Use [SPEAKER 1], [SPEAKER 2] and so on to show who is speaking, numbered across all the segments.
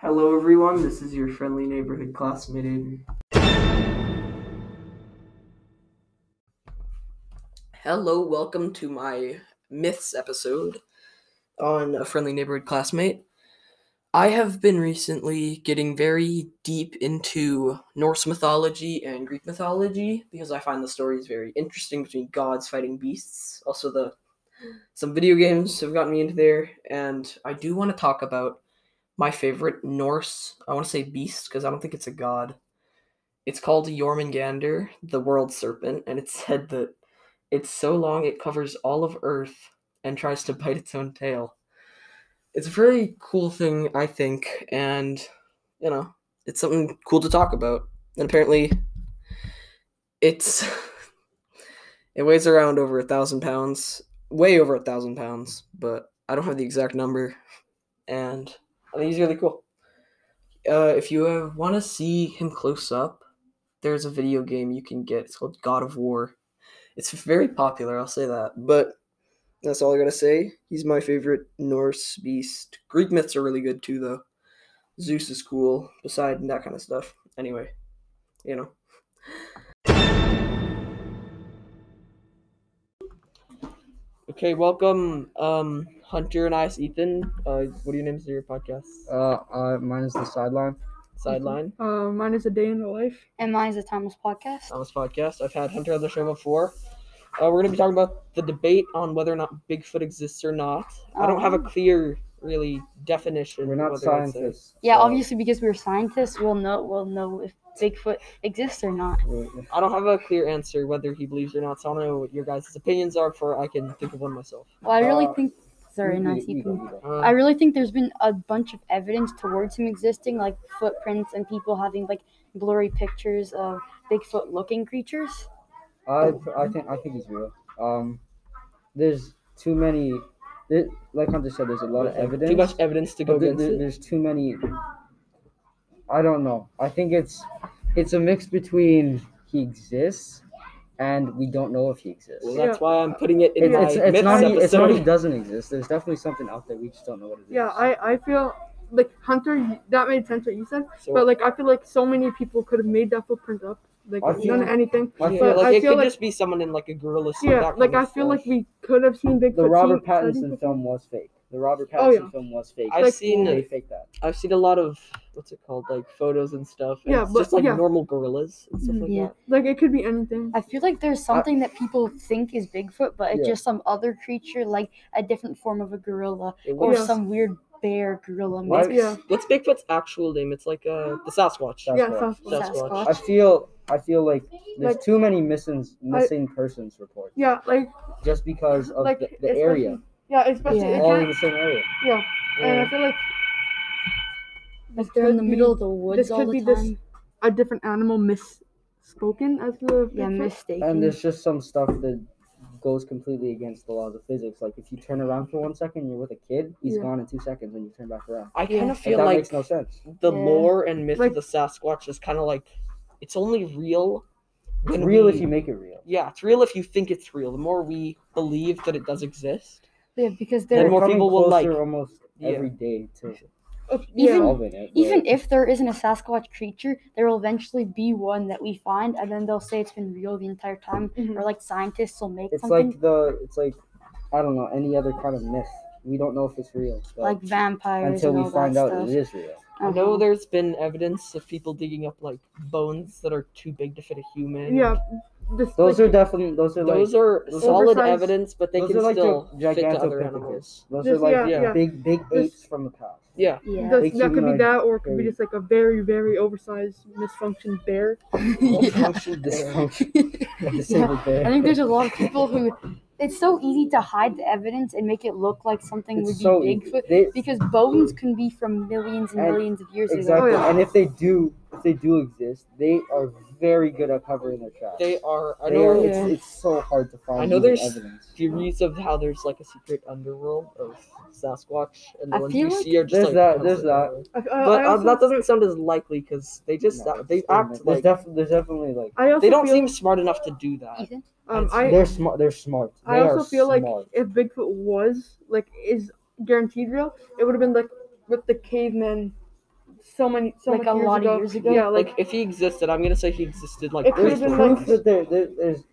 [SPEAKER 1] Hello, everyone. This is your friendly neighborhood classmate. Aiden.
[SPEAKER 2] Hello, welcome to my myths episode on a friendly neighborhood classmate. I have been recently getting very deep into Norse mythology and Greek mythology because I find the stories very interesting between gods fighting beasts. Also, the some video games have gotten me into there, and I do want to talk about my favorite Norse. I want to say beast because I don't think it's a god. It's called Jormungandr, the world serpent, and it's said that it's so long it covers all of Earth and tries to bite its own tail. It's a very cool thing, I think, and you know, it's something cool to talk about. And apparently, it's it weighs around over a thousand pounds, way over a thousand pounds, but I don't have the exact number. And I think he's really cool. Uh, if you uh, want to see him close up, there's a video game you can get. It's called God of War. It's very popular, I'll say that. But that's all I gotta say. He's my favorite Norse beast. Greek myths are really good too, though. Zeus is cool, Poseidon, that kind of stuff. Anyway, you know. Okay, welcome, um, Hunter and I, Ethan. Uh, what are your names to your podcast?
[SPEAKER 3] Uh, uh, mine is the sideline.
[SPEAKER 2] Sideline.
[SPEAKER 4] Uh, mine is a day in the life.
[SPEAKER 5] And mine is the Thomas podcast.
[SPEAKER 2] Thomas podcast. I've had Hunter on the show before. Uh, we're going to be talking about the debate on whether or not Bigfoot exists or not. I don't have a clear, really definition.
[SPEAKER 3] We're
[SPEAKER 2] whether
[SPEAKER 3] not
[SPEAKER 2] it's a-
[SPEAKER 3] scientists.
[SPEAKER 5] Yeah,
[SPEAKER 3] so
[SPEAKER 5] obviously because we're scientists, we'll know we'll know if Bigfoot exists or not.
[SPEAKER 3] we-
[SPEAKER 2] I don't have a clear answer whether he believes or not, so I don't know what your guys' opinions are before I can think of one myself.
[SPEAKER 5] Well, I really
[SPEAKER 3] Uh,
[SPEAKER 5] think sorry,
[SPEAKER 3] we-
[SPEAKER 5] not
[SPEAKER 3] we- we
[SPEAKER 5] Ethan.
[SPEAKER 3] don't do that.
[SPEAKER 2] Uh,
[SPEAKER 5] I really think there's been a bunch of evidence towards him existing, like footprints and people having like blurry pictures of Bigfoot looking creatures.
[SPEAKER 3] I, I think I think he's real. Um, there's too many. There, like Hunter said, there's a lot of evidence.
[SPEAKER 2] Too much evidence to go
[SPEAKER 3] but there-
[SPEAKER 2] against
[SPEAKER 3] there-
[SPEAKER 2] it.
[SPEAKER 3] there's too many. I don't know. I think it's it's a mix between he exists and we don't know if he exists.
[SPEAKER 2] Well, that's why I'm putting it in
[SPEAKER 3] It's,
[SPEAKER 2] my
[SPEAKER 3] it's, it's,
[SPEAKER 2] myths
[SPEAKER 3] not, he-
[SPEAKER 2] episode.
[SPEAKER 3] it's not he doesn't exist. There's definitely something out there. We just don't know what it is.
[SPEAKER 4] Yeah, I, I feel like Hunter. you- That made sense what you said,
[SPEAKER 2] So,
[SPEAKER 4] but like I feel like so many people could have made that footprint up, like
[SPEAKER 3] I
[SPEAKER 4] done
[SPEAKER 3] feel-
[SPEAKER 4] anything.
[SPEAKER 3] I
[SPEAKER 2] yeah,
[SPEAKER 3] feel
[SPEAKER 4] but
[SPEAKER 2] like
[SPEAKER 4] I
[SPEAKER 2] it
[SPEAKER 4] feel
[SPEAKER 2] could
[SPEAKER 4] like-
[SPEAKER 2] just be someone in like a gorilla suit.
[SPEAKER 4] Yeah,
[SPEAKER 2] that
[SPEAKER 4] like
[SPEAKER 2] kind
[SPEAKER 4] I
[SPEAKER 2] of
[SPEAKER 4] feel
[SPEAKER 2] stuff.
[SPEAKER 4] like we could have seen Bigfoot.
[SPEAKER 3] the Robert Pattinson
[SPEAKER 4] seen-
[SPEAKER 3] film was fake. The Robert Pattinson
[SPEAKER 4] Oh, yeah.
[SPEAKER 3] film was fake.
[SPEAKER 2] I've
[SPEAKER 4] like,
[SPEAKER 2] seen
[SPEAKER 3] they faked that.
[SPEAKER 2] I've seen a lot of what's it called, like photos and stuff. And
[SPEAKER 4] Yeah,
[SPEAKER 2] it's
[SPEAKER 4] but-
[SPEAKER 2] just like
[SPEAKER 4] yeah.
[SPEAKER 2] normal gorillas and stuff
[SPEAKER 4] Mhm.
[SPEAKER 2] like
[SPEAKER 5] Yeah.
[SPEAKER 2] that.
[SPEAKER 4] Like it could be anything.
[SPEAKER 5] I feel like there's something that people think is Bigfoot, but it's
[SPEAKER 3] Uh, Yeah.
[SPEAKER 5] just some other creature, like a different form of a gorilla
[SPEAKER 2] It
[SPEAKER 5] or
[SPEAKER 2] was-
[SPEAKER 4] Yeah.
[SPEAKER 5] some weird bear gorilla.
[SPEAKER 3] Why-
[SPEAKER 5] mix.
[SPEAKER 4] Yeah,
[SPEAKER 2] What's Bigfoot's actual name? It's like uh the Sasquatch.
[SPEAKER 3] Sasquatch.
[SPEAKER 4] yeah, Sasquatch.
[SPEAKER 2] Sasquatch.
[SPEAKER 5] Sasquatch.
[SPEAKER 3] I feel I feel like there's
[SPEAKER 4] Like-
[SPEAKER 3] too many missing missing persons reports
[SPEAKER 4] Yeah, like
[SPEAKER 3] just because of
[SPEAKER 4] like
[SPEAKER 3] the, the
[SPEAKER 4] especially-
[SPEAKER 3] area,
[SPEAKER 4] Yeah, especially
[SPEAKER 5] Yeah.
[SPEAKER 4] it
[SPEAKER 3] all in
[SPEAKER 4] can't,
[SPEAKER 3] the same area.
[SPEAKER 4] and I
[SPEAKER 2] Yeah.
[SPEAKER 4] feel like
[SPEAKER 5] Like they're in
[SPEAKER 4] could
[SPEAKER 5] the
[SPEAKER 4] be-
[SPEAKER 5] middle of the woods
[SPEAKER 4] this
[SPEAKER 5] all
[SPEAKER 4] could
[SPEAKER 5] the
[SPEAKER 4] be
[SPEAKER 5] time.
[SPEAKER 4] this- a different animal misspoken as the
[SPEAKER 5] yeah,
[SPEAKER 4] Bigfoot.
[SPEAKER 5] mistaken.
[SPEAKER 3] And there's just some stuff that goes completely against the laws of physics. Like if you turn around for one second, you're with a kid, he's
[SPEAKER 4] Yeah.
[SPEAKER 3] gone in two seconds, and you turn back around.
[SPEAKER 2] I kind
[SPEAKER 5] Yeah.
[SPEAKER 2] of
[SPEAKER 3] Like,
[SPEAKER 2] feel
[SPEAKER 3] that
[SPEAKER 2] like
[SPEAKER 3] makes no sense.
[SPEAKER 2] the
[SPEAKER 5] Yeah.
[SPEAKER 2] lore and myth
[SPEAKER 4] Like-
[SPEAKER 2] of the Sasquatch is kind of like it's only real.
[SPEAKER 3] It's
[SPEAKER 2] when
[SPEAKER 3] real
[SPEAKER 2] we-
[SPEAKER 3] if you make it real.
[SPEAKER 2] yeah, it's real if you think it's real. The more we believe that it does exist,
[SPEAKER 5] Yeah, because
[SPEAKER 2] Then
[SPEAKER 5] they're
[SPEAKER 3] We're
[SPEAKER 2] more
[SPEAKER 3] coming
[SPEAKER 2] people will like-
[SPEAKER 3] closer almost
[SPEAKER 2] Yeah.
[SPEAKER 3] every day to
[SPEAKER 4] Oh, Yeah.
[SPEAKER 5] even
[SPEAKER 3] solving it. but-
[SPEAKER 5] even if there isn't a Sasquatch creature, there will eventually be one that we find, and then they'll say it's been real the entire time,
[SPEAKER 4] Mhm.
[SPEAKER 5] or like scientists will make
[SPEAKER 3] It's
[SPEAKER 5] something
[SPEAKER 3] like the it's like I don't know any other kind of myth. We don't know if it's real, but
[SPEAKER 5] like vampires
[SPEAKER 3] until
[SPEAKER 5] and
[SPEAKER 3] we
[SPEAKER 5] all
[SPEAKER 3] find
[SPEAKER 5] that
[SPEAKER 3] out
[SPEAKER 5] stuff.
[SPEAKER 3] it is real.
[SPEAKER 2] I know
[SPEAKER 5] Uh-huh.
[SPEAKER 2] there's been evidence of people digging up like bones that are too big to fit a human.
[SPEAKER 4] yeah, this,
[SPEAKER 3] Those
[SPEAKER 4] like,
[SPEAKER 3] are definitely those are like
[SPEAKER 2] those are
[SPEAKER 3] those are-
[SPEAKER 2] solid
[SPEAKER 4] Oversized-
[SPEAKER 2] evidence, but they
[SPEAKER 3] those
[SPEAKER 2] can
[SPEAKER 3] are like
[SPEAKER 2] still
[SPEAKER 3] gi-
[SPEAKER 2] fit to other
[SPEAKER 3] gigantopithecus.
[SPEAKER 2] animals.
[SPEAKER 3] those
[SPEAKER 4] This-
[SPEAKER 3] are like
[SPEAKER 4] yeah,
[SPEAKER 2] yeah.
[SPEAKER 3] big big
[SPEAKER 4] This-
[SPEAKER 3] apes from the past.
[SPEAKER 2] Yeah,
[SPEAKER 5] yeah.
[SPEAKER 4] That,
[SPEAKER 3] Like
[SPEAKER 4] that could be
[SPEAKER 3] humanoid
[SPEAKER 4] that, or it could be
[SPEAKER 3] very-
[SPEAKER 4] just like a very, very oversized, misfunctioned bear.
[SPEAKER 2] Malfunctioned bear.
[SPEAKER 3] Dysfunction. A disabled bear.
[SPEAKER 5] I think there's a lot of people who. It's so easy to hide the evidence and make it look like something
[SPEAKER 3] it's
[SPEAKER 5] would be
[SPEAKER 3] so e-,
[SPEAKER 5] Bigfoot
[SPEAKER 3] They,
[SPEAKER 5] because bones can be from millions and,
[SPEAKER 3] And-
[SPEAKER 5] millions of years
[SPEAKER 3] exactly.
[SPEAKER 2] Oh,
[SPEAKER 5] ago.
[SPEAKER 4] yeah.
[SPEAKER 3] And if they do if they do exist, they are very good at covering their tracks.
[SPEAKER 2] they are. I
[SPEAKER 3] They
[SPEAKER 2] know
[SPEAKER 3] are-
[SPEAKER 5] Yeah.
[SPEAKER 3] it's, it's so hard to find
[SPEAKER 2] I know
[SPEAKER 3] even
[SPEAKER 2] there's-
[SPEAKER 3] evidence.
[SPEAKER 2] theories of how there's like a secret underworld of Sasquatch, and the
[SPEAKER 5] I
[SPEAKER 2] ones
[SPEAKER 5] feel
[SPEAKER 2] you
[SPEAKER 5] like-
[SPEAKER 2] see are just
[SPEAKER 3] There's
[SPEAKER 2] like
[SPEAKER 3] that,
[SPEAKER 2] tons
[SPEAKER 3] there's
[SPEAKER 2] of
[SPEAKER 3] that.
[SPEAKER 2] them.
[SPEAKER 4] I, I,
[SPEAKER 2] But
[SPEAKER 4] Oh, I
[SPEAKER 2] uh,
[SPEAKER 4] also,
[SPEAKER 2] that doesn't sound as likely because they just
[SPEAKER 3] No,
[SPEAKER 2] they
[SPEAKER 3] it's
[SPEAKER 2] act
[SPEAKER 3] there's
[SPEAKER 2] like
[SPEAKER 3] def- there's definitely like
[SPEAKER 4] I also
[SPEAKER 2] they don't
[SPEAKER 4] feel,
[SPEAKER 2] seem smart enough to do that.
[SPEAKER 5] Ethan?
[SPEAKER 4] Um,
[SPEAKER 2] it's-
[SPEAKER 4] I,
[SPEAKER 3] they're smart. They're smart.
[SPEAKER 4] I
[SPEAKER 3] They
[SPEAKER 4] also
[SPEAKER 3] are
[SPEAKER 4] feel like
[SPEAKER 3] smart.
[SPEAKER 4] if Bigfoot was like is guaranteed real, it would have been like with the cavemen so many, so
[SPEAKER 5] like a
[SPEAKER 4] much years
[SPEAKER 5] lot
[SPEAKER 4] ago.
[SPEAKER 5] of years ago.
[SPEAKER 4] Yeah,
[SPEAKER 2] Like,
[SPEAKER 4] like
[SPEAKER 2] if he existed, I'm gonna say he existed like
[SPEAKER 4] It could've
[SPEAKER 2] this.
[SPEAKER 3] There's
[SPEAKER 4] been,
[SPEAKER 3] proof
[SPEAKER 4] like-
[SPEAKER 3] that there, there there's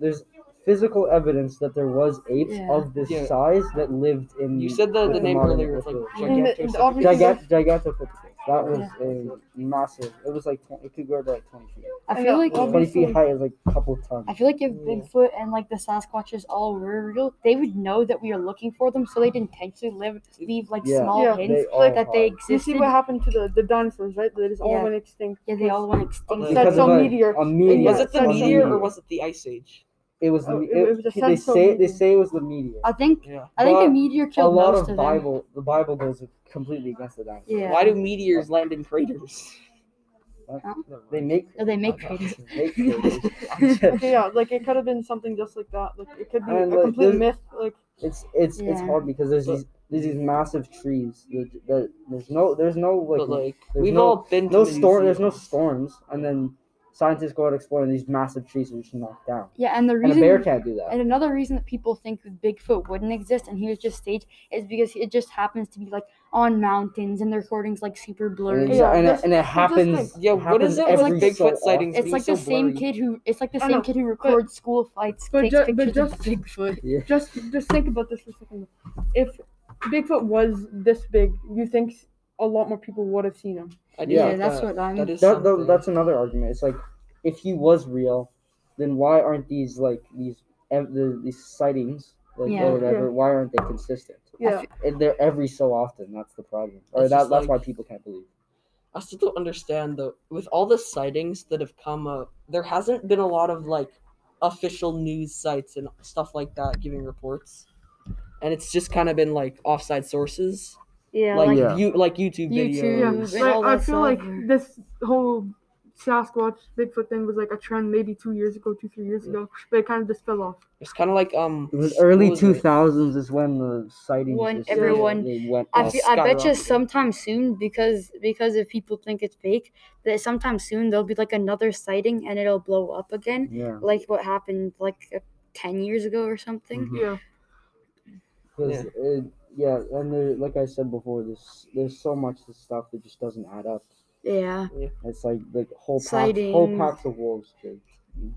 [SPEAKER 3] there's physical evidence that there was apes
[SPEAKER 5] Yeah.
[SPEAKER 3] of this
[SPEAKER 2] Yeah.
[SPEAKER 3] size that lived in.
[SPEAKER 2] You said the,
[SPEAKER 3] with
[SPEAKER 2] the name
[SPEAKER 3] modern
[SPEAKER 2] earlier was like
[SPEAKER 3] Earth.
[SPEAKER 4] Yeah. And the-
[SPEAKER 2] Gigantopithecus.
[SPEAKER 4] the obvious-
[SPEAKER 3] Gigat- Gigantopithecus. That was a massive. It was like 20, it could grow to like twenty feet.
[SPEAKER 5] I
[SPEAKER 4] Yeah,
[SPEAKER 5] feel like
[SPEAKER 4] well,
[SPEAKER 5] if-
[SPEAKER 3] Twenty
[SPEAKER 4] Obviously.
[SPEAKER 3] feet high is like a couple tons.
[SPEAKER 5] I feel like if
[SPEAKER 2] Yeah.
[SPEAKER 5] Bigfoot and like the Sasquatches all were real, they would know that we are looking for them, so they'd intentionally live, leave like
[SPEAKER 3] Yeah.
[SPEAKER 5] small
[SPEAKER 4] Yeah.
[SPEAKER 5] hints
[SPEAKER 3] all
[SPEAKER 5] that they
[SPEAKER 3] hide.
[SPEAKER 4] you
[SPEAKER 5] existed.
[SPEAKER 4] see what happened to the, the dinosaurs, right? They just all
[SPEAKER 5] Yeah.
[SPEAKER 4] went extinct.
[SPEAKER 5] yeah, they all went extinct.
[SPEAKER 2] Because
[SPEAKER 4] That's
[SPEAKER 3] of
[SPEAKER 4] a
[SPEAKER 3] a-
[SPEAKER 4] meteor.
[SPEAKER 3] a meteor.
[SPEAKER 4] Yeah,
[SPEAKER 2] was it the
[SPEAKER 4] so-
[SPEAKER 3] a
[SPEAKER 2] meteor or was it the ice age?
[SPEAKER 3] It was.
[SPEAKER 4] Oh,
[SPEAKER 3] the-
[SPEAKER 4] it-
[SPEAKER 3] it-
[SPEAKER 4] it was a
[SPEAKER 3] they
[SPEAKER 4] sensual
[SPEAKER 3] say they
[SPEAKER 4] meteor.
[SPEAKER 3] say it was the meteor.
[SPEAKER 5] I think
[SPEAKER 2] Yeah.
[SPEAKER 5] I think the
[SPEAKER 3] But
[SPEAKER 5] meteor
[SPEAKER 3] A
[SPEAKER 5] killed
[SPEAKER 3] lot
[SPEAKER 5] most
[SPEAKER 3] of
[SPEAKER 5] them.
[SPEAKER 3] Bible. The Bible goes completely against the dinosaurs.
[SPEAKER 5] Yeah.
[SPEAKER 2] Why do meteors land in craters?
[SPEAKER 3] They make.
[SPEAKER 5] No, they make
[SPEAKER 3] craters.
[SPEAKER 5] craters.
[SPEAKER 3] Make craters.
[SPEAKER 4] Okay, yeah, like it could have been something just like that. Like it could be
[SPEAKER 3] And,
[SPEAKER 4] a
[SPEAKER 3] like,
[SPEAKER 4] complete
[SPEAKER 3] there's-
[SPEAKER 4] myth. Like
[SPEAKER 3] It's it's it's
[SPEAKER 5] Yeah.
[SPEAKER 3] hard because there's
[SPEAKER 2] But-
[SPEAKER 3] these there's these massive trees that, that there's no there's no
[SPEAKER 2] But
[SPEAKER 3] like,
[SPEAKER 2] like
[SPEAKER 3] there's
[SPEAKER 2] we've
[SPEAKER 3] no-
[SPEAKER 2] all been to
[SPEAKER 3] no
[SPEAKER 2] the
[SPEAKER 3] storm there's no
[SPEAKER 2] museum.
[SPEAKER 3] storms and then scientists go out exploring these massive trees are just knocked down
[SPEAKER 5] Yeah, and the
[SPEAKER 3] and a
[SPEAKER 5] reason
[SPEAKER 3] bear can't do that
[SPEAKER 5] And another reason that people think that Bigfoot wouldn't exist and he was just staged is because it just happens to be like on mountains and the recordings like super blurry.
[SPEAKER 3] and, it's-
[SPEAKER 4] Yeah,
[SPEAKER 3] and, it,
[SPEAKER 4] that's-
[SPEAKER 3] and it
[SPEAKER 4] just like-
[SPEAKER 3] happens
[SPEAKER 2] Yeah,
[SPEAKER 3] it
[SPEAKER 2] what
[SPEAKER 3] happens
[SPEAKER 2] is it with
[SPEAKER 3] every
[SPEAKER 2] Bigfoot
[SPEAKER 3] so often.
[SPEAKER 2] sightings?
[SPEAKER 5] It's like
[SPEAKER 2] so
[SPEAKER 5] the same
[SPEAKER 2] blurry.
[SPEAKER 5] kid who it's like the
[SPEAKER 4] I
[SPEAKER 5] same
[SPEAKER 4] know,
[SPEAKER 5] kid who records school fights,
[SPEAKER 4] but
[SPEAKER 5] takes
[SPEAKER 4] ju- but
[SPEAKER 5] pictures
[SPEAKER 4] just-
[SPEAKER 5] of Bigfoot.
[SPEAKER 3] yeah.
[SPEAKER 4] just just think about this for a second. If Bigfoot was this big, you think a lot more people would have seen him?
[SPEAKER 2] I do
[SPEAKER 5] Yeah,
[SPEAKER 2] like
[SPEAKER 5] that's
[SPEAKER 2] that.
[SPEAKER 5] what I'm.
[SPEAKER 2] That is
[SPEAKER 3] that, that,
[SPEAKER 2] something.
[SPEAKER 3] that's another argument it's like if he was real then why aren't these like these ev- the, these sightings like
[SPEAKER 5] Yeah.
[SPEAKER 3] or whatever why aren't they consistent
[SPEAKER 4] Yeah.
[SPEAKER 3] and they're every so often that's the problem or
[SPEAKER 2] It's
[SPEAKER 3] that,
[SPEAKER 2] just
[SPEAKER 3] that's why
[SPEAKER 2] like-
[SPEAKER 3] people can't believe
[SPEAKER 2] I still don't understand though. With all the sightings that have come up, there hasn't been a lot of like official news sites and stuff like that giving reports, and it's just kind of been like offside sources,
[SPEAKER 5] yeah,
[SPEAKER 2] like
[SPEAKER 5] like,
[SPEAKER 3] Yeah.
[SPEAKER 2] you like YouTube
[SPEAKER 5] YouTube.
[SPEAKER 4] Yeah,
[SPEAKER 2] videos.
[SPEAKER 5] They
[SPEAKER 4] like,
[SPEAKER 5] all
[SPEAKER 4] I
[SPEAKER 5] that
[SPEAKER 4] feel like
[SPEAKER 5] stuff.
[SPEAKER 4] this whole Sasquatch Bigfoot thing was like a trend maybe two years ago, two three years ago, but it kind of just fell off.
[SPEAKER 2] It's kind of like um.
[SPEAKER 3] it was early
[SPEAKER 2] what was it?
[SPEAKER 3] 2000s is when the sightings
[SPEAKER 5] When
[SPEAKER 3] just, like,
[SPEAKER 5] everyone-
[SPEAKER 3] they went
[SPEAKER 5] I,
[SPEAKER 2] all
[SPEAKER 5] feel, I bet you
[SPEAKER 2] skyrocketed.
[SPEAKER 5] sometime soon because because if people think it's fake, that sometime soon there'll be like another sighting and it'll blow up again,
[SPEAKER 3] yeah
[SPEAKER 5] like what happened like uh, ten years ago or something.
[SPEAKER 3] Mhm.
[SPEAKER 4] Yeah,
[SPEAKER 3] Because yeah. yeah, and there, like I said before, there's there's so much of stuff that just doesn't add up.
[SPEAKER 5] Yeah,
[SPEAKER 3] It's like like whole packs, whole
[SPEAKER 5] Sightings.
[SPEAKER 3] packs of wolves are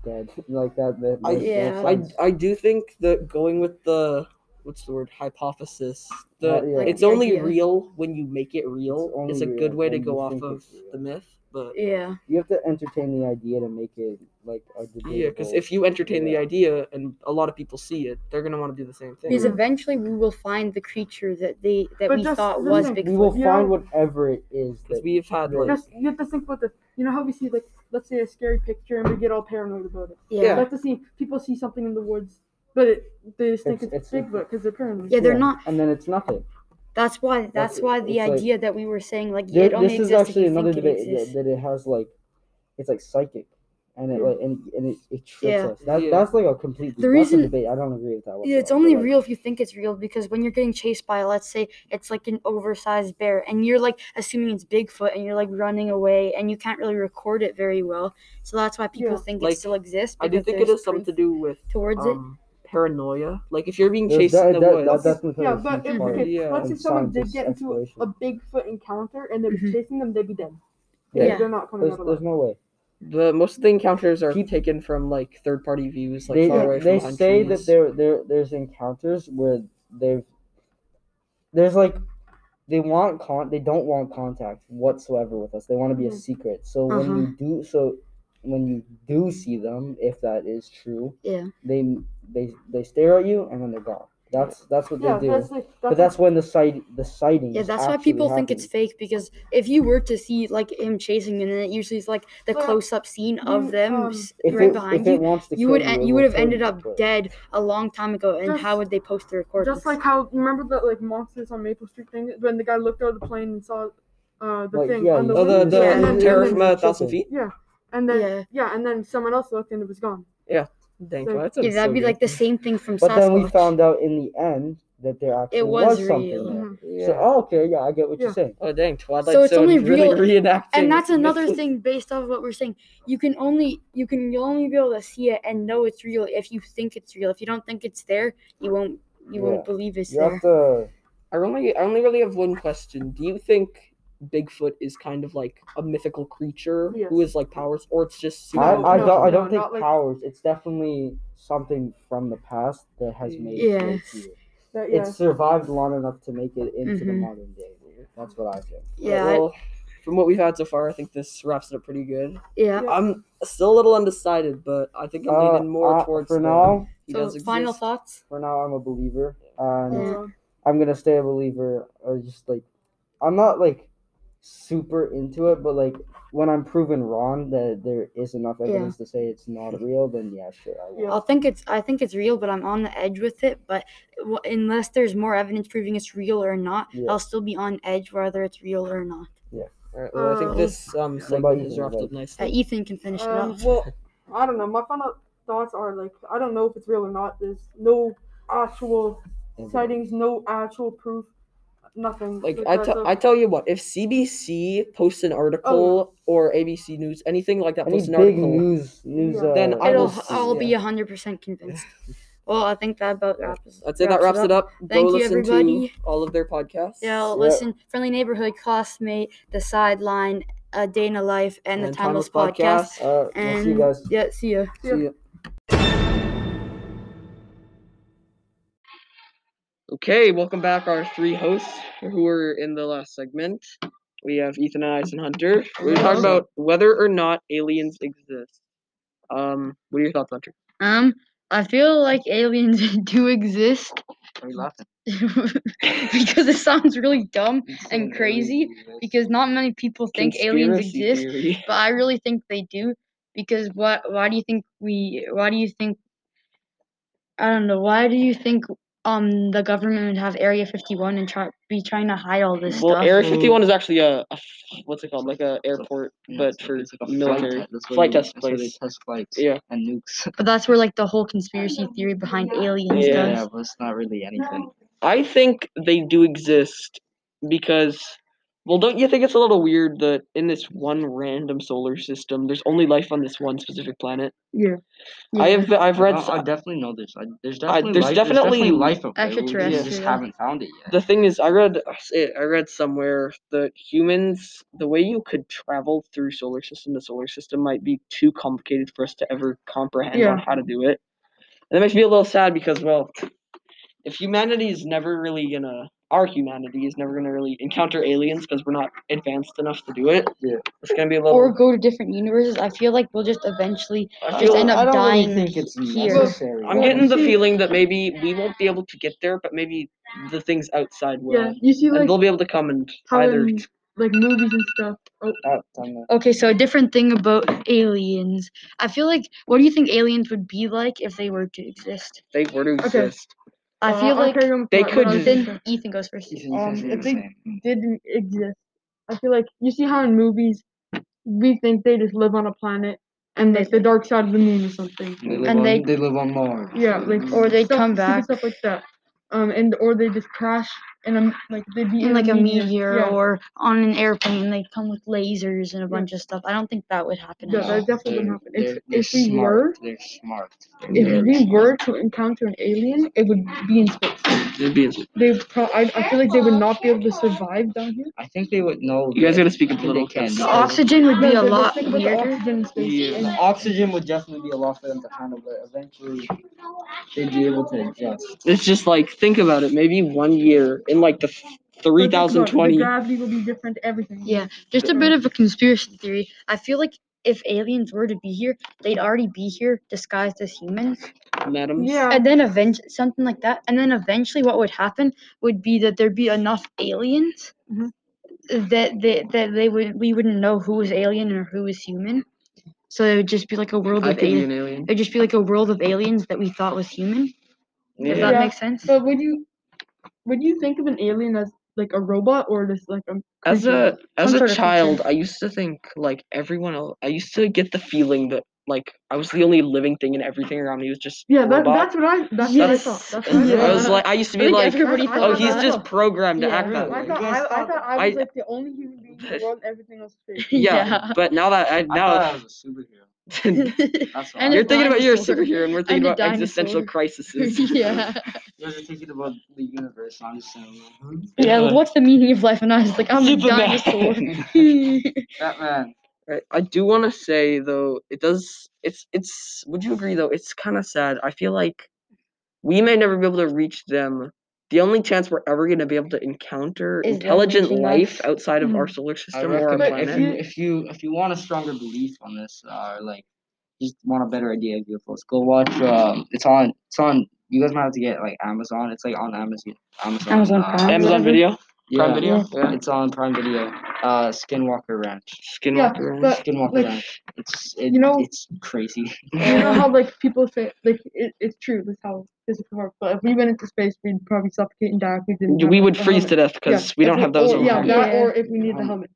[SPEAKER 3] dead like that. that
[SPEAKER 2] I,
[SPEAKER 3] makes no
[SPEAKER 5] Yeah.
[SPEAKER 2] I
[SPEAKER 3] sense.
[SPEAKER 2] I do think that going with the what's the word hypothesis the
[SPEAKER 3] Uh, yeah.
[SPEAKER 2] it's only
[SPEAKER 5] Idea.
[SPEAKER 2] real when you make it real
[SPEAKER 3] only
[SPEAKER 2] is a
[SPEAKER 3] real
[SPEAKER 2] good way to
[SPEAKER 3] when
[SPEAKER 2] go
[SPEAKER 3] you
[SPEAKER 2] off
[SPEAKER 3] think
[SPEAKER 2] of
[SPEAKER 3] it's real.
[SPEAKER 2] the myth, but
[SPEAKER 5] yeah,
[SPEAKER 3] you have to entertain the idea to make it like a
[SPEAKER 2] Yeah, because
[SPEAKER 3] debatable-
[SPEAKER 2] if you entertain the
[SPEAKER 3] Yeah.
[SPEAKER 2] idea and a lot of people see it, they're gonna want to do the same thing.
[SPEAKER 5] because eventually we will find the creature that they that
[SPEAKER 4] But
[SPEAKER 5] we
[SPEAKER 4] just
[SPEAKER 5] thought
[SPEAKER 4] the
[SPEAKER 5] was
[SPEAKER 4] thing-
[SPEAKER 5] Bigfoot.
[SPEAKER 3] we will
[SPEAKER 4] you
[SPEAKER 3] find
[SPEAKER 4] know-
[SPEAKER 3] whatever it is
[SPEAKER 2] Because
[SPEAKER 3] that
[SPEAKER 2] we have had like
[SPEAKER 4] just you have to think about this. You know how we see like let's say a scary picture and we get all paranoid about it.
[SPEAKER 5] yeah.
[SPEAKER 2] Yeah.
[SPEAKER 4] Like to see people see something in the woods, but it, they just think it's,
[SPEAKER 3] It's- it's-
[SPEAKER 4] Bigfoot because they're paranoid.
[SPEAKER 5] Yeah, they're not.
[SPEAKER 3] and then it's nothing.
[SPEAKER 5] That's why.
[SPEAKER 3] That's-
[SPEAKER 5] That's, why the
[SPEAKER 3] it's like-
[SPEAKER 5] idea that we were saying, like,
[SPEAKER 3] There-
[SPEAKER 5] it only
[SPEAKER 3] this is
[SPEAKER 5] exists
[SPEAKER 3] actually
[SPEAKER 5] if you
[SPEAKER 3] another
[SPEAKER 5] think it
[SPEAKER 3] debate that,
[SPEAKER 5] exists.
[SPEAKER 3] that it has like it's like psychic. And it
[SPEAKER 4] Yeah.
[SPEAKER 3] like and, and it, it tricks
[SPEAKER 5] Yeah.
[SPEAKER 3] us. That,
[SPEAKER 2] Yeah.
[SPEAKER 3] That's like a complete
[SPEAKER 5] The
[SPEAKER 3] that's a
[SPEAKER 5] reason-
[SPEAKER 3] debate. I don't agree with that one.
[SPEAKER 5] Yeah, it's only real if you think it's real because when you're getting chased by, let's say, it's like an oversized bear, and you're like assuming it's Bigfoot, and you're like running away, and you can't really record it very well. So that's why people
[SPEAKER 4] Yeah.
[SPEAKER 5] think
[SPEAKER 2] Like,
[SPEAKER 5] it still exists.
[SPEAKER 2] I do
[SPEAKER 5] because
[SPEAKER 2] think it
[SPEAKER 5] there's
[SPEAKER 2] has something to
[SPEAKER 5] proof
[SPEAKER 2] do with
[SPEAKER 5] towards it.
[SPEAKER 2] um, paranoia. Like if you're being
[SPEAKER 3] There's
[SPEAKER 2] chased
[SPEAKER 3] that-
[SPEAKER 2] in the
[SPEAKER 3] that-
[SPEAKER 2] woods,
[SPEAKER 3] that definitely
[SPEAKER 4] Yeah,
[SPEAKER 3] plays a huge
[SPEAKER 4] but if,
[SPEAKER 3] part.
[SPEAKER 2] part.
[SPEAKER 4] okay,
[SPEAKER 2] Yeah,
[SPEAKER 4] let's say
[SPEAKER 3] and
[SPEAKER 4] someone did
[SPEAKER 3] scientists'
[SPEAKER 4] get into a,
[SPEAKER 3] exploration.
[SPEAKER 4] a Bigfoot encounter and they were
[SPEAKER 5] Mhm.
[SPEAKER 4] chasing them, they'd be dead.
[SPEAKER 3] Yeah.
[SPEAKER 4] Yeah, they're not coming
[SPEAKER 3] There's,
[SPEAKER 4] out
[SPEAKER 3] there's
[SPEAKER 4] alive.
[SPEAKER 3] no way.
[SPEAKER 2] the most of the encounters are
[SPEAKER 3] Keep-
[SPEAKER 2] taken from like third party views, like
[SPEAKER 3] they
[SPEAKER 2] far away
[SPEAKER 3] they
[SPEAKER 2] from
[SPEAKER 3] say
[SPEAKER 2] trees.
[SPEAKER 3] that there there there's encounters where they've there's like they want con they don't want contact whatsoever with us. They want to be
[SPEAKER 4] Mhm.
[SPEAKER 5] Hmm.
[SPEAKER 3] a secret. So
[SPEAKER 5] Uh-huh.
[SPEAKER 3] when you do so when you do see them, if that is true,
[SPEAKER 5] Yeah.
[SPEAKER 3] they they they stare at you and then they're gone. That's that's what
[SPEAKER 4] Yeah,
[SPEAKER 3] they do.
[SPEAKER 4] that's like
[SPEAKER 3] but that's when the sight the sightings.
[SPEAKER 5] Yeah, that's why
[SPEAKER 3] actually
[SPEAKER 5] people think it's
[SPEAKER 3] happen.
[SPEAKER 5] fake because if you were to see like him chasing, you, and then it usually is like the
[SPEAKER 4] But,
[SPEAKER 5] close-up scene of
[SPEAKER 4] you,
[SPEAKER 5] them
[SPEAKER 4] um,
[SPEAKER 5] s-
[SPEAKER 3] If
[SPEAKER 5] right
[SPEAKER 3] it-
[SPEAKER 5] behind
[SPEAKER 3] if
[SPEAKER 5] you,
[SPEAKER 3] it wants to
[SPEAKER 5] you
[SPEAKER 3] kill
[SPEAKER 5] would
[SPEAKER 3] it
[SPEAKER 5] en-
[SPEAKER 3] will
[SPEAKER 5] you would have
[SPEAKER 3] kill
[SPEAKER 5] ended up
[SPEAKER 3] but-
[SPEAKER 5] dead a long time ago and how
[SPEAKER 4] Just-
[SPEAKER 5] would they post the recording
[SPEAKER 4] Just like how remember that like monsters on Maple Street thing when the guy looked out of the plane and saw uh the
[SPEAKER 3] Like,
[SPEAKER 4] thing
[SPEAKER 3] yeah,
[SPEAKER 4] on the
[SPEAKER 2] oh
[SPEAKER 4] window,
[SPEAKER 2] the the
[SPEAKER 4] and then,
[SPEAKER 2] terror
[SPEAKER 4] and
[SPEAKER 2] from
[SPEAKER 4] then,
[SPEAKER 2] a thousand
[SPEAKER 3] Chicken.
[SPEAKER 2] feet.
[SPEAKER 4] and then-
[SPEAKER 5] Yeah.
[SPEAKER 4] yeah, and then someone else looked and it was gone.
[SPEAKER 2] Dang,
[SPEAKER 4] So-
[SPEAKER 2] well, that
[SPEAKER 5] yeah,
[SPEAKER 2] sounds
[SPEAKER 5] that'd
[SPEAKER 2] so
[SPEAKER 5] be
[SPEAKER 2] good.
[SPEAKER 5] like the same thing from
[SPEAKER 3] But
[SPEAKER 5] Sasquatch.
[SPEAKER 3] then we found out in the end that there actually
[SPEAKER 5] was
[SPEAKER 3] something
[SPEAKER 5] real. Mm-hmm.
[SPEAKER 3] there.
[SPEAKER 2] yeah.
[SPEAKER 3] So oh, okay, yeah, I get what
[SPEAKER 4] Yeah.
[SPEAKER 3] you're saying.
[SPEAKER 2] oh dang, Twilight
[SPEAKER 5] So it's
[SPEAKER 2] Zone
[SPEAKER 5] only
[SPEAKER 2] really reenacting.
[SPEAKER 5] and that's another
[SPEAKER 2] myths.
[SPEAKER 5] thing based off of what we're saying. You can only you can you'll only be able to see it and know it's real if you think it's real. If you don't think it's there, you won't you
[SPEAKER 3] Yeah.
[SPEAKER 5] won't believe it's
[SPEAKER 3] You
[SPEAKER 5] there.
[SPEAKER 3] have to
[SPEAKER 2] I only I only really have one question. Do you think Bigfoot is kind of like a mythical creature who
[SPEAKER 4] Yes.
[SPEAKER 2] is like powers, or it's just
[SPEAKER 4] No,
[SPEAKER 3] I, I
[SPEAKER 4] no,
[SPEAKER 3] don't. I
[SPEAKER 4] no,
[SPEAKER 3] don't think
[SPEAKER 4] not like-
[SPEAKER 3] powers. It's definitely something from the past that has made
[SPEAKER 5] Yeah.
[SPEAKER 3] it here.
[SPEAKER 4] That, yeah.
[SPEAKER 3] It's survived long enough to make it into the
[SPEAKER 4] Mm-hmm.
[SPEAKER 5] Mhm.
[SPEAKER 3] modern day. That's what I think.
[SPEAKER 5] Yeah, I-
[SPEAKER 2] Well, from what we've had so far, I think this wraps it up pretty good.
[SPEAKER 5] yeah.
[SPEAKER 2] I'm still a little undecided, but I think I'm
[SPEAKER 3] Uh,
[SPEAKER 2] leaning more
[SPEAKER 3] uh,
[SPEAKER 2] towards
[SPEAKER 3] for
[SPEAKER 2] the-
[SPEAKER 3] now.
[SPEAKER 2] He
[SPEAKER 5] So,
[SPEAKER 2] does exist.
[SPEAKER 5] final thoughts.
[SPEAKER 3] For now, I'm a believer, and
[SPEAKER 5] Yeah.
[SPEAKER 4] Uh,
[SPEAKER 3] I'm gonna stay a believer. I just like, I'm not like super into it, but like when I'm proven wrong that there is enough evidence to say it's not real, then yeah, sure, I will.
[SPEAKER 4] Yeah.
[SPEAKER 5] I think it's I think it's real, but I'm on the edge with it. But w- unless there's more evidence proving it's real or not,
[SPEAKER 3] Yeah.
[SPEAKER 5] I'll still be on edge whether it's real or not.
[SPEAKER 2] All right, well, I think
[SPEAKER 4] Uh,
[SPEAKER 2] this um,
[SPEAKER 3] about you,
[SPEAKER 2] segment is wrapped
[SPEAKER 3] Zach?
[SPEAKER 2] up
[SPEAKER 5] Uh,
[SPEAKER 2] nicely.
[SPEAKER 5] Ethan can finish it
[SPEAKER 4] um,
[SPEAKER 5] up.
[SPEAKER 4] well, I don't know. My final thoughts are like I don't know if it's real or not. There's no actual
[SPEAKER 3] And-
[SPEAKER 4] sightings, no actual proof, nothing.
[SPEAKER 2] Like I
[SPEAKER 4] I
[SPEAKER 2] te- I tell you what, if CBC posts an
[SPEAKER 5] Oh.
[SPEAKER 2] article or ABC News, anything like that,
[SPEAKER 3] Any
[SPEAKER 2] posts an
[SPEAKER 3] big
[SPEAKER 2] article.
[SPEAKER 3] news, news.
[SPEAKER 4] Yeah.
[SPEAKER 3] Uh,
[SPEAKER 2] Then I will
[SPEAKER 5] It'll
[SPEAKER 2] see,
[SPEAKER 5] I'll be
[SPEAKER 2] yeah.
[SPEAKER 5] hundred percent convinced. well, I think that about wraps.
[SPEAKER 2] I'd say that wraps it up.
[SPEAKER 5] Thank
[SPEAKER 2] Go
[SPEAKER 5] you,
[SPEAKER 2] listen
[SPEAKER 5] everybody.
[SPEAKER 2] to all of their podcasts.
[SPEAKER 5] Yeah,
[SPEAKER 3] Yeah.
[SPEAKER 5] listen, friendly neighborhood, classmate, the sideline, a day in a life, and, the timeless, podcast.
[SPEAKER 3] Uh, we'll
[SPEAKER 5] And
[SPEAKER 3] see you guys.
[SPEAKER 5] yeah, see ya.
[SPEAKER 4] Yeah.
[SPEAKER 3] See ya.
[SPEAKER 2] Okay, welcome back, our three hosts who were in the last segment. We have Ethan, Ice, and Hunter. We were talking
[SPEAKER 3] Hello.
[SPEAKER 2] about whether or not aliens exist. Um, what are your thoughts, Hunter?
[SPEAKER 5] Um, I feel like aliens do exist
[SPEAKER 2] Are you laughing?
[SPEAKER 5] because it sounds really dumb and crazy because not many people think aliens
[SPEAKER 2] Conspiracy
[SPEAKER 5] exist,
[SPEAKER 2] theory.
[SPEAKER 5] but I really think they do because what why do you think we why do you think I don't know, why do you think um the government would have Area 51 and try be trying to hide all this
[SPEAKER 2] Well,
[SPEAKER 5] stuff? Hmm.
[SPEAKER 2] Area 51 is actually a, a what's it called? Like a airport, but for military. flight test place.
[SPEAKER 6] test flights
[SPEAKER 2] Yeah.
[SPEAKER 6] and nukes.
[SPEAKER 5] but that's where like the whole conspiracy theory behind aliens
[SPEAKER 2] Yeah.
[SPEAKER 5] does.
[SPEAKER 6] Yeah, but it's not really anything.
[SPEAKER 2] I think they do exist because, well, don't you think it's a little weird that in this one random solar system, there's only life on this one specific planet?
[SPEAKER 5] Yeah.
[SPEAKER 2] I
[SPEAKER 5] Yeah.
[SPEAKER 2] have I've read.
[SPEAKER 6] I,
[SPEAKER 4] Uh,
[SPEAKER 2] s-
[SPEAKER 6] I definitely know this. I, there's
[SPEAKER 2] I-
[SPEAKER 6] definitely
[SPEAKER 2] there's
[SPEAKER 6] life.
[SPEAKER 2] definitely
[SPEAKER 6] there's definitely life up there. We just
[SPEAKER 5] extraterrestrial.
[SPEAKER 6] haven't found it yet.
[SPEAKER 2] the thing is, I read uh, eh, I read somewhere that humans, the way you could travel through solar system to solar system, might be too complicated for us to ever comprehend on how to do it. And that makes me a little sad because, well, if humanity is never really gonna, our humanity is never gonna really encounter aliens because we're not advanced enough to do it.
[SPEAKER 3] Yeah.
[SPEAKER 2] it's gonna be a
[SPEAKER 5] Or
[SPEAKER 2] little.
[SPEAKER 5] go to different universes. I feel like we'll just eventually
[SPEAKER 2] I
[SPEAKER 5] just
[SPEAKER 2] feel,
[SPEAKER 5] end
[SPEAKER 3] I
[SPEAKER 5] up
[SPEAKER 3] don't really
[SPEAKER 5] dying
[SPEAKER 3] think it's
[SPEAKER 5] here.
[SPEAKER 3] necessary.
[SPEAKER 2] I'm getting the feeling that maybe we won't be able to get there, but maybe the things outside will,
[SPEAKER 4] yeah, you see
[SPEAKER 2] and
[SPEAKER 4] like
[SPEAKER 2] they'll be able to come and
[SPEAKER 4] how
[SPEAKER 2] either.
[SPEAKER 4] in like movies and stuff. Oh,
[SPEAKER 3] Out on the-
[SPEAKER 5] Okay, so a different thing about aliens. I feel like, what do you think aliens would be like if they were to exist?
[SPEAKER 2] they were to
[SPEAKER 4] Okay.
[SPEAKER 2] exist.
[SPEAKER 5] I
[SPEAKER 4] Uh,
[SPEAKER 5] feel
[SPEAKER 4] I'll
[SPEAKER 5] like
[SPEAKER 4] carry on with
[SPEAKER 2] they
[SPEAKER 4] my-
[SPEAKER 2] could
[SPEAKER 4] what I
[SPEAKER 5] well,
[SPEAKER 4] was
[SPEAKER 2] just-
[SPEAKER 5] then Ethan goes first.
[SPEAKER 6] You can- you can
[SPEAKER 4] Um,
[SPEAKER 6] say
[SPEAKER 4] I
[SPEAKER 6] the
[SPEAKER 4] think-
[SPEAKER 6] same.
[SPEAKER 4] didn't exist. I feel like you see how in movies we think they just live on a planet and like the dark side of the moon or something.
[SPEAKER 6] They live
[SPEAKER 5] And
[SPEAKER 6] on,
[SPEAKER 5] they-
[SPEAKER 6] they live on Mars.
[SPEAKER 4] Yeah, like
[SPEAKER 5] Or they'd
[SPEAKER 4] stuff-
[SPEAKER 5] come
[SPEAKER 4] stupid
[SPEAKER 5] back.
[SPEAKER 4] stuff like that. Um, and or they just crash in a like they'd be
[SPEAKER 5] In like a meteor
[SPEAKER 4] Yeah,
[SPEAKER 5] or on an airplane, they come with lasers and a bunch of stuff. I don't think that would happen.
[SPEAKER 4] yeah
[SPEAKER 5] at all.
[SPEAKER 4] that definitely
[SPEAKER 6] They're,
[SPEAKER 4] would happen.
[SPEAKER 6] they're,
[SPEAKER 4] If,
[SPEAKER 6] they're
[SPEAKER 4] if we
[SPEAKER 6] smart.
[SPEAKER 4] were,
[SPEAKER 6] They're smart.
[SPEAKER 4] if we were to encounter an alien, it would be in space.
[SPEAKER 2] It'd be interesting.
[SPEAKER 4] They would pro- I, I feel like they would not be able to survive down here.
[SPEAKER 6] I think they would know.
[SPEAKER 2] You guys
[SPEAKER 6] that-
[SPEAKER 2] gotta speak a
[SPEAKER 6] that
[SPEAKER 2] little
[SPEAKER 6] They can.
[SPEAKER 5] The
[SPEAKER 6] because
[SPEAKER 5] oxygen would be
[SPEAKER 4] No,
[SPEAKER 5] a
[SPEAKER 4] but
[SPEAKER 5] lot
[SPEAKER 4] think about the
[SPEAKER 5] weirder.
[SPEAKER 4] oxygen in space.
[SPEAKER 6] the
[SPEAKER 4] and-
[SPEAKER 6] oxygen would definitely be a lot for them to handle, but eventually they'd be able to adjust.
[SPEAKER 2] It's just like think about it. Maybe one year in like the three
[SPEAKER 4] but think about it,
[SPEAKER 2] thousand twenty.
[SPEAKER 4] The gravity will be different. Everything.
[SPEAKER 5] Yeah, just a bit of a conspiracy theory. I feel like if aliens were to be here, they'd already be here disguised as humans.
[SPEAKER 2] Madams.
[SPEAKER 4] Yeah.
[SPEAKER 5] and then eventually something like that and then eventually what would happen would be that there'd be enough aliens
[SPEAKER 4] Mhm.
[SPEAKER 5] that they that they would we wouldn't know who was alien or who was human so it would just be like a world
[SPEAKER 2] I
[SPEAKER 5] of
[SPEAKER 2] could be
[SPEAKER 5] aliens
[SPEAKER 2] an alien.
[SPEAKER 5] it'd just be like a world of aliens that we thought was human if
[SPEAKER 2] Yeah.
[SPEAKER 5] that
[SPEAKER 4] Yeah.
[SPEAKER 5] makes sense
[SPEAKER 4] But would you would you think of an alien as like a robot or just like a
[SPEAKER 2] As a as
[SPEAKER 5] Some sort
[SPEAKER 2] a
[SPEAKER 5] of
[SPEAKER 2] child,
[SPEAKER 5] creature.
[SPEAKER 2] I used to think like everyone else. I used to get the feeling that like I was the only living thing and everything around me was just
[SPEAKER 4] yeah? That,
[SPEAKER 2] robot.
[SPEAKER 4] that's what I that's
[SPEAKER 5] Yes.
[SPEAKER 4] what I thought. That's what
[SPEAKER 2] And
[SPEAKER 4] I,
[SPEAKER 2] I was
[SPEAKER 4] thought.
[SPEAKER 2] like, I used to
[SPEAKER 5] I
[SPEAKER 2] be
[SPEAKER 5] think
[SPEAKER 2] like,
[SPEAKER 5] everybody
[SPEAKER 4] I- I
[SPEAKER 2] oh,
[SPEAKER 5] thought
[SPEAKER 2] he's
[SPEAKER 5] that.
[SPEAKER 2] just programmed to
[SPEAKER 4] Yeah,
[SPEAKER 2] act that
[SPEAKER 4] I
[SPEAKER 2] way.
[SPEAKER 4] thought I, I thought I was
[SPEAKER 2] I-
[SPEAKER 4] like the only human being in the world. and Everything else was fake.
[SPEAKER 2] Yeah, but now that I
[SPEAKER 3] Uh,
[SPEAKER 6] I thought
[SPEAKER 2] now
[SPEAKER 6] I was a superhero.
[SPEAKER 1] You're
[SPEAKER 3] That's all.
[SPEAKER 7] And
[SPEAKER 3] You're
[SPEAKER 7] it-
[SPEAKER 1] thinking about you're a
[SPEAKER 7] dinosaur.
[SPEAKER 1] superhero, and we're thinking
[SPEAKER 7] And a
[SPEAKER 1] about existential
[SPEAKER 7] dinosaur.
[SPEAKER 1] crises.
[SPEAKER 7] yeah.
[SPEAKER 3] just thinking about the universe, and I'm just saying, like, hmm?
[SPEAKER 7] Yeah, like, what's the meaning of life? And I was like, I'm a dinosaur.
[SPEAKER 3] Batman.
[SPEAKER 1] Right. I do want to say though, it does. It's it's. Would you agree though? It's kind of sad. I feel like we may never be able to reach them. The only chance we're ever going to be able to encounter
[SPEAKER 7] Is them
[SPEAKER 1] intelligent
[SPEAKER 7] reaching
[SPEAKER 1] life
[SPEAKER 7] us.
[SPEAKER 1] outside of our
[SPEAKER 7] Mhm.
[SPEAKER 1] solar
[SPEAKER 3] I
[SPEAKER 1] system or our
[SPEAKER 3] recommend
[SPEAKER 1] planet.
[SPEAKER 3] if you if you if you want a stronger belief on this, uh, or, like just want a better idea of UFOs, go watch. Um, it's on. It's on. You guys might have to get like Amazon. It's like on Amazon. Amazon.
[SPEAKER 7] Amazon
[SPEAKER 3] uh,
[SPEAKER 7] Prime.
[SPEAKER 1] Amazon
[SPEAKER 7] Whatever.
[SPEAKER 1] Video,
[SPEAKER 3] Yeah,
[SPEAKER 1] Prime Video, yeah.
[SPEAKER 3] It's on Prime Video. Uh, Skinwalker Ranch.
[SPEAKER 1] Skinwalker.
[SPEAKER 4] but-
[SPEAKER 3] Skinwalker
[SPEAKER 4] Like,
[SPEAKER 3] Ranch. It's it,
[SPEAKER 4] you know-
[SPEAKER 3] it's crazy.
[SPEAKER 4] You know how like people say like it, it's true that's how physics work. But if we went into space, we'd probably suffocate and die. If we didn't.
[SPEAKER 1] and-
[SPEAKER 4] have
[SPEAKER 1] we
[SPEAKER 4] a-
[SPEAKER 1] would
[SPEAKER 4] a
[SPEAKER 1] freeze to
[SPEAKER 4] helmet.
[SPEAKER 1] death because
[SPEAKER 4] Yeah,
[SPEAKER 1] we
[SPEAKER 4] if
[SPEAKER 1] don't have those.
[SPEAKER 4] Or,
[SPEAKER 1] over
[SPEAKER 4] yeah,
[SPEAKER 1] here.
[SPEAKER 4] that
[SPEAKER 7] Yeah.
[SPEAKER 4] or if we need the helmet.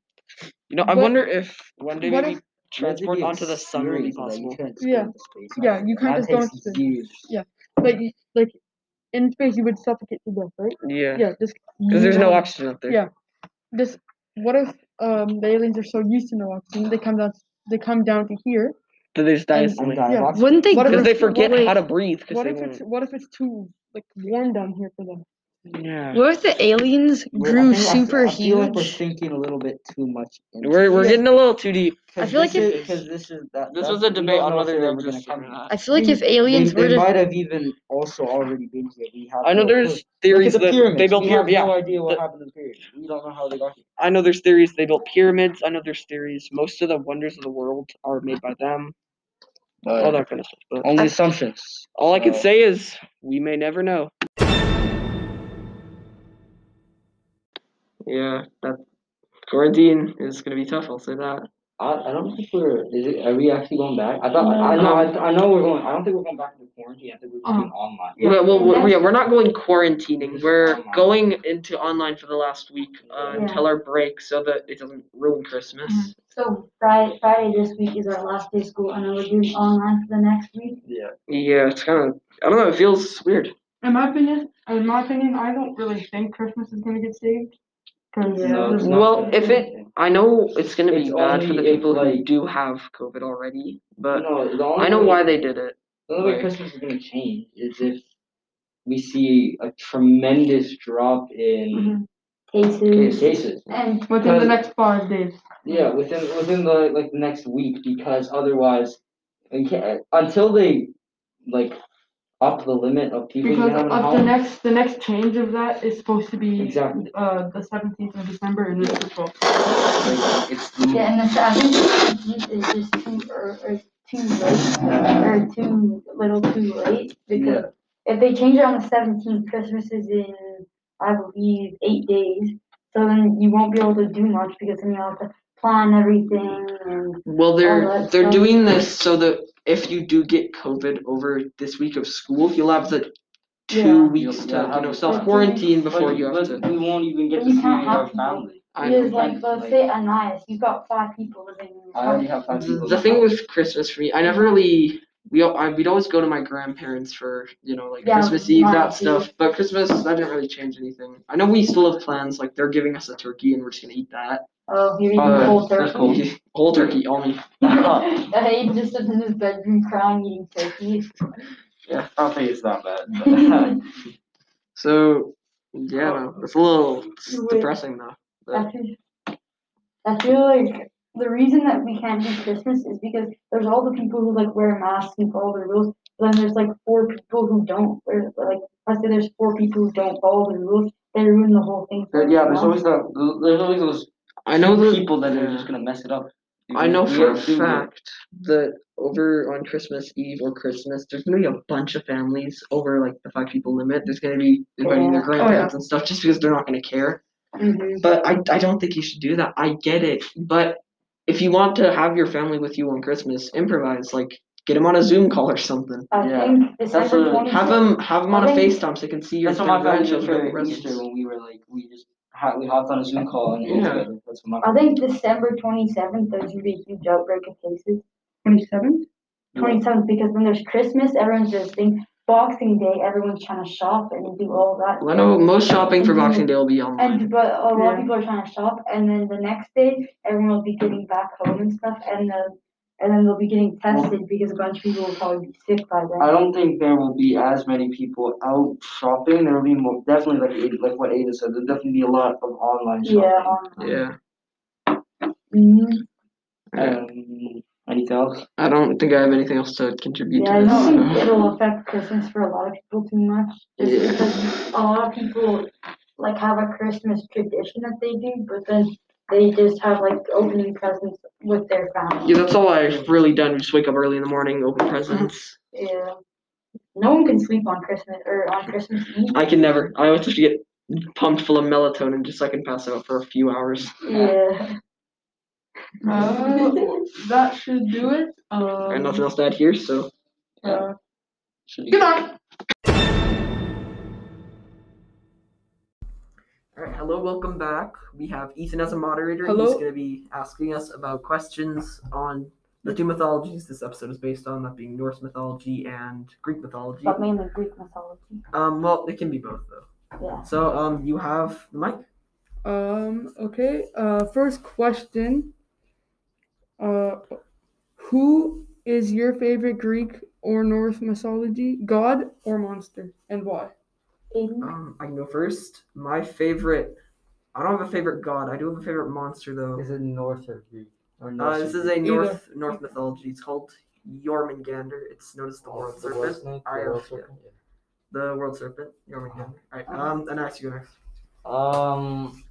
[SPEAKER 1] You know, I
[SPEAKER 4] but-
[SPEAKER 1] wonder if one day
[SPEAKER 4] what
[SPEAKER 1] maybe
[SPEAKER 4] if-
[SPEAKER 1] transport onto the sun would be possible.
[SPEAKER 4] Yeah. Yeah, you can't just go into space. Like you- like in space, you would suffocate to death, right?
[SPEAKER 1] Yeah,
[SPEAKER 4] Yeah. Just
[SPEAKER 1] because there's
[SPEAKER 4] use
[SPEAKER 1] no
[SPEAKER 4] helmet.
[SPEAKER 1] oxygen up there.
[SPEAKER 4] Yeah. Just what if um the aliens are so used to no oxygen they come down they come down to here.
[SPEAKER 1] So they just die
[SPEAKER 4] And-
[SPEAKER 3] Oh
[SPEAKER 1] instantly.
[SPEAKER 4] Yeah.
[SPEAKER 7] Wouldn't they?
[SPEAKER 4] What if
[SPEAKER 1] Because
[SPEAKER 7] go-
[SPEAKER 1] they forget
[SPEAKER 7] wait,
[SPEAKER 1] how to breathe. Because
[SPEAKER 4] What
[SPEAKER 1] they
[SPEAKER 4] if it's
[SPEAKER 1] won't.
[SPEAKER 4] what if it's too like warm down here for them?
[SPEAKER 1] Yeah.
[SPEAKER 7] What if the aliens grew super
[SPEAKER 3] I feel like we're
[SPEAKER 7] huge?
[SPEAKER 3] thinking a little bit too much. into
[SPEAKER 1] We're, we're
[SPEAKER 4] Yeah.
[SPEAKER 1] getting a little too deep.
[SPEAKER 7] I feel like if-
[SPEAKER 3] because this is that.
[SPEAKER 1] This
[SPEAKER 3] that-
[SPEAKER 1] was a
[SPEAKER 3] we don't
[SPEAKER 1] debate on
[SPEAKER 3] know if
[SPEAKER 1] whether
[SPEAKER 3] they're
[SPEAKER 1] they're
[SPEAKER 3] ever gonna
[SPEAKER 1] existing
[SPEAKER 3] come
[SPEAKER 1] or
[SPEAKER 3] here.
[SPEAKER 1] not.
[SPEAKER 7] I feel like if
[SPEAKER 3] They,
[SPEAKER 7] aliens were
[SPEAKER 3] they
[SPEAKER 7] to
[SPEAKER 3] might have even also already been here. We have
[SPEAKER 1] I know
[SPEAKER 3] no clue.
[SPEAKER 1] there's
[SPEAKER 3] Look at
[SPEAKER 1] theories
[SPEAKER 3] the
[SPEAKER 1] that
[SPEAKER 3] pyramids.
[SPEAKER 1] they built
[SPEAKER 3] we have
[SPEAKER 1] pyramids. Yeah.
[SPEAKER 3] no idea what
[SPEAKER 1] the-
[SPEAKER 3] happened to the pyramids. We don't know how they got here.
[SPEAKER 1] I know there's theories they built pyramids. I know there's theories most of the wonders of the world are made by them. All
[SPEAKER 3] But
[SPEAKER 1] that kind of stuff. But
[SPEAKER 3] only assumptions.
[SPEAKER 1] all I can
[SPEAKER 3] so-
[SPEAKER 1] say is we may never know.
[SPEAKER 2] Yeah, that quarantine is gonna be tough. I'll say that.
[SPEAKER 3] I, I don't think we're. Is it, are we actually going back? I thought. I know. I, I know we're going. I don't think we're going back into quarantine. I think we're
[SPEAKER 4] Uh-huh.
[SPEAKER 3] going online.
[SPEAKER 2] Yeah, well, we're, yeah, we're not going quarantining. We're going into online for the last week uh,
[SPEAKER 3] Yeah.
[SPEAKER 2] until our break, so that it doesn't ruin Christmas.
[SPEAKER 1] Mm-hmm.
[SPEAKER 5] So Friday, Friday this week is our last day of school, and then we're doing online for the next week.
[SPEAKER 3] Yeah.
[SPEAKER 2] Yeah, it's kind of. I don't know. It feels weird.
[SPEAKER 4] In my opinion, in my opinion, I don't really think Christmas is gonna get saved. 'cause
[SPEAKER 5] Yeah.
[SPEAKER 3] No, it's
[SPEAKER 4] there's-
[SPEAKER 3] not
[SPEAKER 2] Well,
[SPEAKER 3] gonna
[SPEAKER 2] if
[SPEAKER 3] be
[SPEAKER 2] it-
[SPEAKER 3] anything.
[SPEAKER 2] I know it's gonna be
[SPEAKER 3] It's
[SPEAKER 2] bad for
[SPEAKER 3] only
[SPEAKER 2] the
[SPEAKER 3] if,
[SPEAKER 2] people who
[SPEAKER 3] like-
[SPEAKER 2] do have COVID already, but
[SPEAKER 3] No, the only
[SPEAKER 2] I know
[SPEAKER 3] way-
[SPEAKER 2] why they did it.
[SPEAKER 3] The only way
[SPEAKER 2] like-
[SPEAKER 3] Christmas is gonna change is if we see a tremendous drop in
[SPEAKER 4] Mhm.
[SPEAKER 5] Cases.
[SPEAKER 3] cases.
[SPEAKER 5] And
[SPEAKER 4] Within the next five days.
[SPEAKER 3] Yeah, within within the like the next week because otherwise, we can't, until they like up the limit of people you can
[SPEAKER 4] Because
[SPEAKER 3] have in a
[SPEAKER 4] of the
[SPEAKER 3] home.
[SPEAKER 4] next, the next change of that is supposed to be
[SPEAKER 3] Exactly.
[SPEAKER 4] uh the seventeenth of December and it's the twelfth.
[SPEAKER 3] like, it's the-
[SPEAKER 5] yeah, and the, I think it's just too or, or too late or too little too late because
[SPEAKER 3] yeah.
[SPEAKER 5] if they change it on the seventeenth, Christmas is in I believe eight days. So then you won't be able to do much because then you have to plan everything and
[SPEAKER 2] Well,
[SPEAKER 5] Oh,
[SPEAKER 2] they're
[SPEAKER 5] that's
[SPEAKER 2] they're
[SPEAKER 5] so-
[SPEAKER 2] doing this so that if you do get COVID over this week of school, you'll have the two
[SPEAKER 5] Yeah.
[SPEAKER 2] weeks
[SPEAKER 3] You'll-
[SPEAKER 2] to
[SPEAKER 3] you'll
[SPEAKER 2] you
[SPEAKER 3] have
[SPEAKER 2] know
[SPEAKER 3] it.
[SPEAKER 2] self quarantine
[SPEAKER 3] But-
[SPEAKER 2] before you have
[SPEAKER 3] but
[SPEAKER 2] to.
[SPEAKER 3] We won't even get
[SPEAKER 5] But
[SPEAKER 3] to
[SPEAKER 5] you
[SPEAKER 3] see
[SPEAKER 5] can't
[SPEAKER 3] our
[SPEAKER 5] have to.
[SPEAKER 3] family.
[SPEAKER 2] I
[SPEAKER 5] Because
[SPEAKER 2] know.
[SPEAKER 5] like let's say Anais, you've got five people living in your
[SPEAKER 3] I
[SPEAKER 5] house.
[SPEAKER 3] already have five people.
[SPEAKER 2] Mm-hmm. The
[SPEAKER 3] in
[SPEAKER 2] the
[SPEAKER 3] my
[SPEAKER 2] thing
[SPEAKER 3] house.
[SPEAKER 2] with Christmas for me, I never really we al- I, we'd always go to my grandparents for you know like
[SPEAKER 5] Yeah,
[SPEAKER 2] Christmas Eve
[SPEAKER 5] mine
[SPEAKER 2] that
[SPEAKER 5] too.
[SPEAKER 2] stuff, but Christmas that didn't really change anything. I know we still have plans like they're giving us a turkey and we're just gonna eat that
[SPEAKER 5] Oh, you're eating
[SPEAKER 2] Uh,
[SPEAKER 5] whole
[SPEAKER 3] that's
[SPEAKER 5] turkey.
[SPEAKER 3] cool.
[SPEAKER 2] whole turkey only.
[SPEAKER 5] Aiden just sits in his bedroom crying, eating turkey.
[SPEAKER 3] Yeah, I don't think it's that bad.
[SPEAKER 2] So yeah, no, it's a little it's
[SPEAKER 5] Wait.
[SPEAKER 2] depressing though.
[SPEAKER 5] I feel, I feel like the reason that we can't do Christmas is because there's all the people who like wear masks and follow the rules. Then there's like four people who don't. There's like I say there's four people who don't follow the rules. They ruin the whole thing. for
[SPEAKER 3] But yeah, there's
[SPEAKER 5] everyone.
[SPEAKER 3] always that. There's always those
[SPEAKER 2] I know
[SPEAKER 3] few
[SPEAKER 2] the
[SPEAKER 3] people that are
[SPEAKER 2] yeah.
[SPEAKER 3] just gonna mess it up.
[SPEAKER 2] I know
[SPEAKER 3] We
[SPEAKER 2] for a
[SPEAKER 3] are stupid.
[SPEAKER 2] fact that over on Christmas Eve or Christmas, there's gonna be a bunch of families over like the five people limit. There's gonna be inviting their
[SPEAKER 5] Yeah.
[SPEAKER 2] grandparents and stuff just because they're not gonna care.
[SPEAKER 5] Mhm.
[SPEAKER 2] But I, I don't think you should do that. I get it, but if you want to have your family with you on Christmas, improvise. Like get them on a Zoom call or something.
[SPEAKER 5] I
[SPEAKER 3] Yeah.
[SPEAKER 5] think
[SPEAKER 3] a-
[SPEAKER 5] December twenty.
[SPEAKER 2] Have them have them on a
[SPEAKER 5] I think-
[SPEAKER 2] FaceTime so they can see your
[SPEAKER 3] That's what my family did
[SPEAKER 2] grandchildren.
[SPEAKER 3] for
[SPEAKER 2] and
[SPEAKER 3] Easter
[SPEAKER 2] cousins.
[SPEAKER 3] when we were like we just had, we hopped on a Zoom call and ate
[SPEAKER 2] Yeah.
[SPEAKER 3] together. That's what my
[SPEAKER 5] I think December twenty seventh. There's gonna be a huge outbreak of cases.
[SPEAKER 4] Twenty seventh?
[SPEAKER 5] twenty seventh because then there's Christmas, everyone's visiting. Boxing Day, everyone's trying to shop and do all that.
[SPEAKER 2] Well, I know most shopping for Boxing Day will be online.
[SPEAKER 5] And but a lot
[SPEAKER 4] Yeah.
[SPEAKER 5] of people are trying to shop, and then the next day everyone will be getting back home and stuff, and the and then they'll be getting tested because a bunch of people will probably be sick by then.
[SPEAKER 8] I don't think there will be as many people out shopping. There will be more, definitely like Ada- like what Ada said. There'll definitely be a lot of online shopping.
[SPEAKER 5] yeah. Um,
[SPEAKER 2] Yeah.
[SPEAKER 5] mhm.
[SPEAKER 8] Um, anything else?
[SPEAKER 2] I don't think I have anything else to contribute
[SPEAKER 5] Yeah,
[SPEAKER 2] to
[SPEAKER 5] I
[SPEAKER 2] this.
[SPEAKER 5] don't think
[SPEAKER 2] so.
[SPEAKER 5] it'll affect Christmas for a lot of people too much. Just
[SPEAKER 2] Yeah.
[SPEAKER 5] because a lot of people like have a Christmas tradition that they do, but then they just have like opening presents with their family.
[SPEAKER 2] Yeah, that's all I've really done. Just wake up early in the morning, open presents.
[SPEAKER 5] Yeah. No one can sleep on Christmas or on Christmas Eve.
[SPEAKER 2] I can never. I always just get pumped full of melatonin just so I can pass out for a few hours.
[SPEAKER 5] Yeah.
[SPEAKER 4] Uh, that should do it.
[SPEAKER 2] I have
[SPEAKER 4] Um,
[SPEAKER 2] nothing else to add here, so.
[SPEAKER 4] uh,
[SPEAKER 8] Should
[SPEAKER 4] good night.
[SPEAKER 1] All right, hello, welcome back. We have Ethan as a moderator. He's
[SPEAKER 2] Hello.
[SPEAKER 1] going to be asking us about questions on the two mythologies this episode is based on, that being Norse mythology and Greek mythology.
[SPEAKER 5] But mainly Greek mythology.
[SPEAKER 1] Um, well, it can be both though.
[SPEAKER 5] Yeah.
[SPEAKER 1] So, um, you have the mic.
[SPEAKER 4] Um, okay. Uh, first question. Uh, who is your favorite Greek or Norse mythology, god or monster, and why?
[SPEAKER 5] Aiden.
[SPEAKER 1] Um, I can go first. My favorite. I don't have a favorite god. I do have a favorite monster though.
[SPEAKER 3] Is it North or Greek? Or
[SPEAKER 1] Uh,
[SPEAKER 3] Norse
[SPEAKER 1] this
[SPEAKER 3] or
[SPEAKER 1] is a
[SPEAKER 3] Greek?
[SPEAKER 1] North North mythology. It's called Jormungandr. It's known as the
[SPEAKER 3] Or
[SPEAKER 1] World
[SPEAKER 3] Oh, the world
[SPEAKER 1] Serpent.
[SPEAKER 3] snake, the
[SPEAKER 1] I have-
[SPEAKER 3] world
[SPEAKER 1] yeah.
[SPEAKER 3] serpent, yeah.
[SPEAKER 1] The World Serpent, Jormungandr. All right. Um, and actually, go next.
[SPEAKER 3] Um,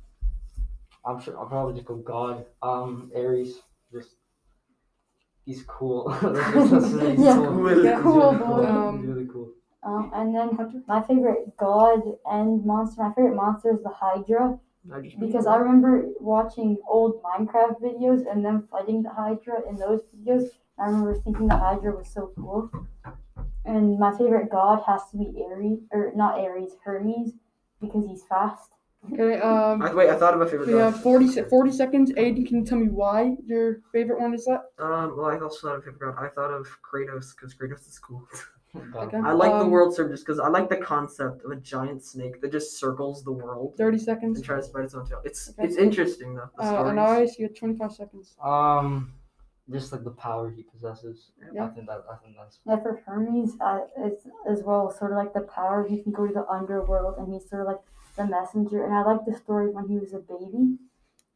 [SPEAKER 3] I'm sure I'll probably just go God. Um, Aries, just he's cool. That's just- that's really
[SPEAKER 5] Yeah.
[SPEAKER 3] cool.
[SPEAKER 1] Cool.
[SPEAKER 3] He's really
[SPEAKER 5] Cool boy.
[SPEAKER 3] cool.
[SPEAKER 4] Um,
[SPEAKER 3] he's really cool.
[SPEAKER 5] Um, and then my favorite god and monster. My favorite monster is the Hydra
[SPEAKER 1] I just
[SPEAKER 5] because I remember watching old Minecraft videos and them fighting the Hydra in those videos. I remember thinking the Hydra was so cool. And my favorite god has to be Ares, or not Ares, Hermes, because he's fast.
[SPEAKER 4] Okay. Um,
[SPEAKER 1] I, wait, I thought of a favorite
[SPEAKER 4] we
[SPEAKER 1] god.
[SPEAKER 4] have 40, se- 40 seconds. Aiden, can you tell me why your favorite one is that?
[SPEAKER 1] Um, well, I also thought of a favorite god. I thought of Kratos because Kratos is cool.
[SPEAKER 3] God.
[SPEAKER 4] Okay.
[SPEAKER 1] Uh, I like the
[SPEAKER 4] um,
[SPEAKER 1] World Serpent just because I like the concept of a giant snake that just circles the world
[SPEAKER 4] Thirty seconds.
[SPEAKER 1] and tries to bite its own tail. It's
[SPEAKER 4] Okay.
[SPEAKER 1] it's interesting though. The
[SPEAKER 4] Uh,
[SPEAKER 1] stories.
[SPEAKER 4] and I see you have twenty-five seconds.
[SPEAKER 3] Um, just like the power he possesses.
[SPEAKER 4] Yeah.
[SPEAKER 3] I think that I think that's.
[SPEAKER 5] Yeah, for Hermes, uh, it's as well sort of like the power. He can go to the underworld, and he's sort of like the messenger. And I like the story when he was a baby,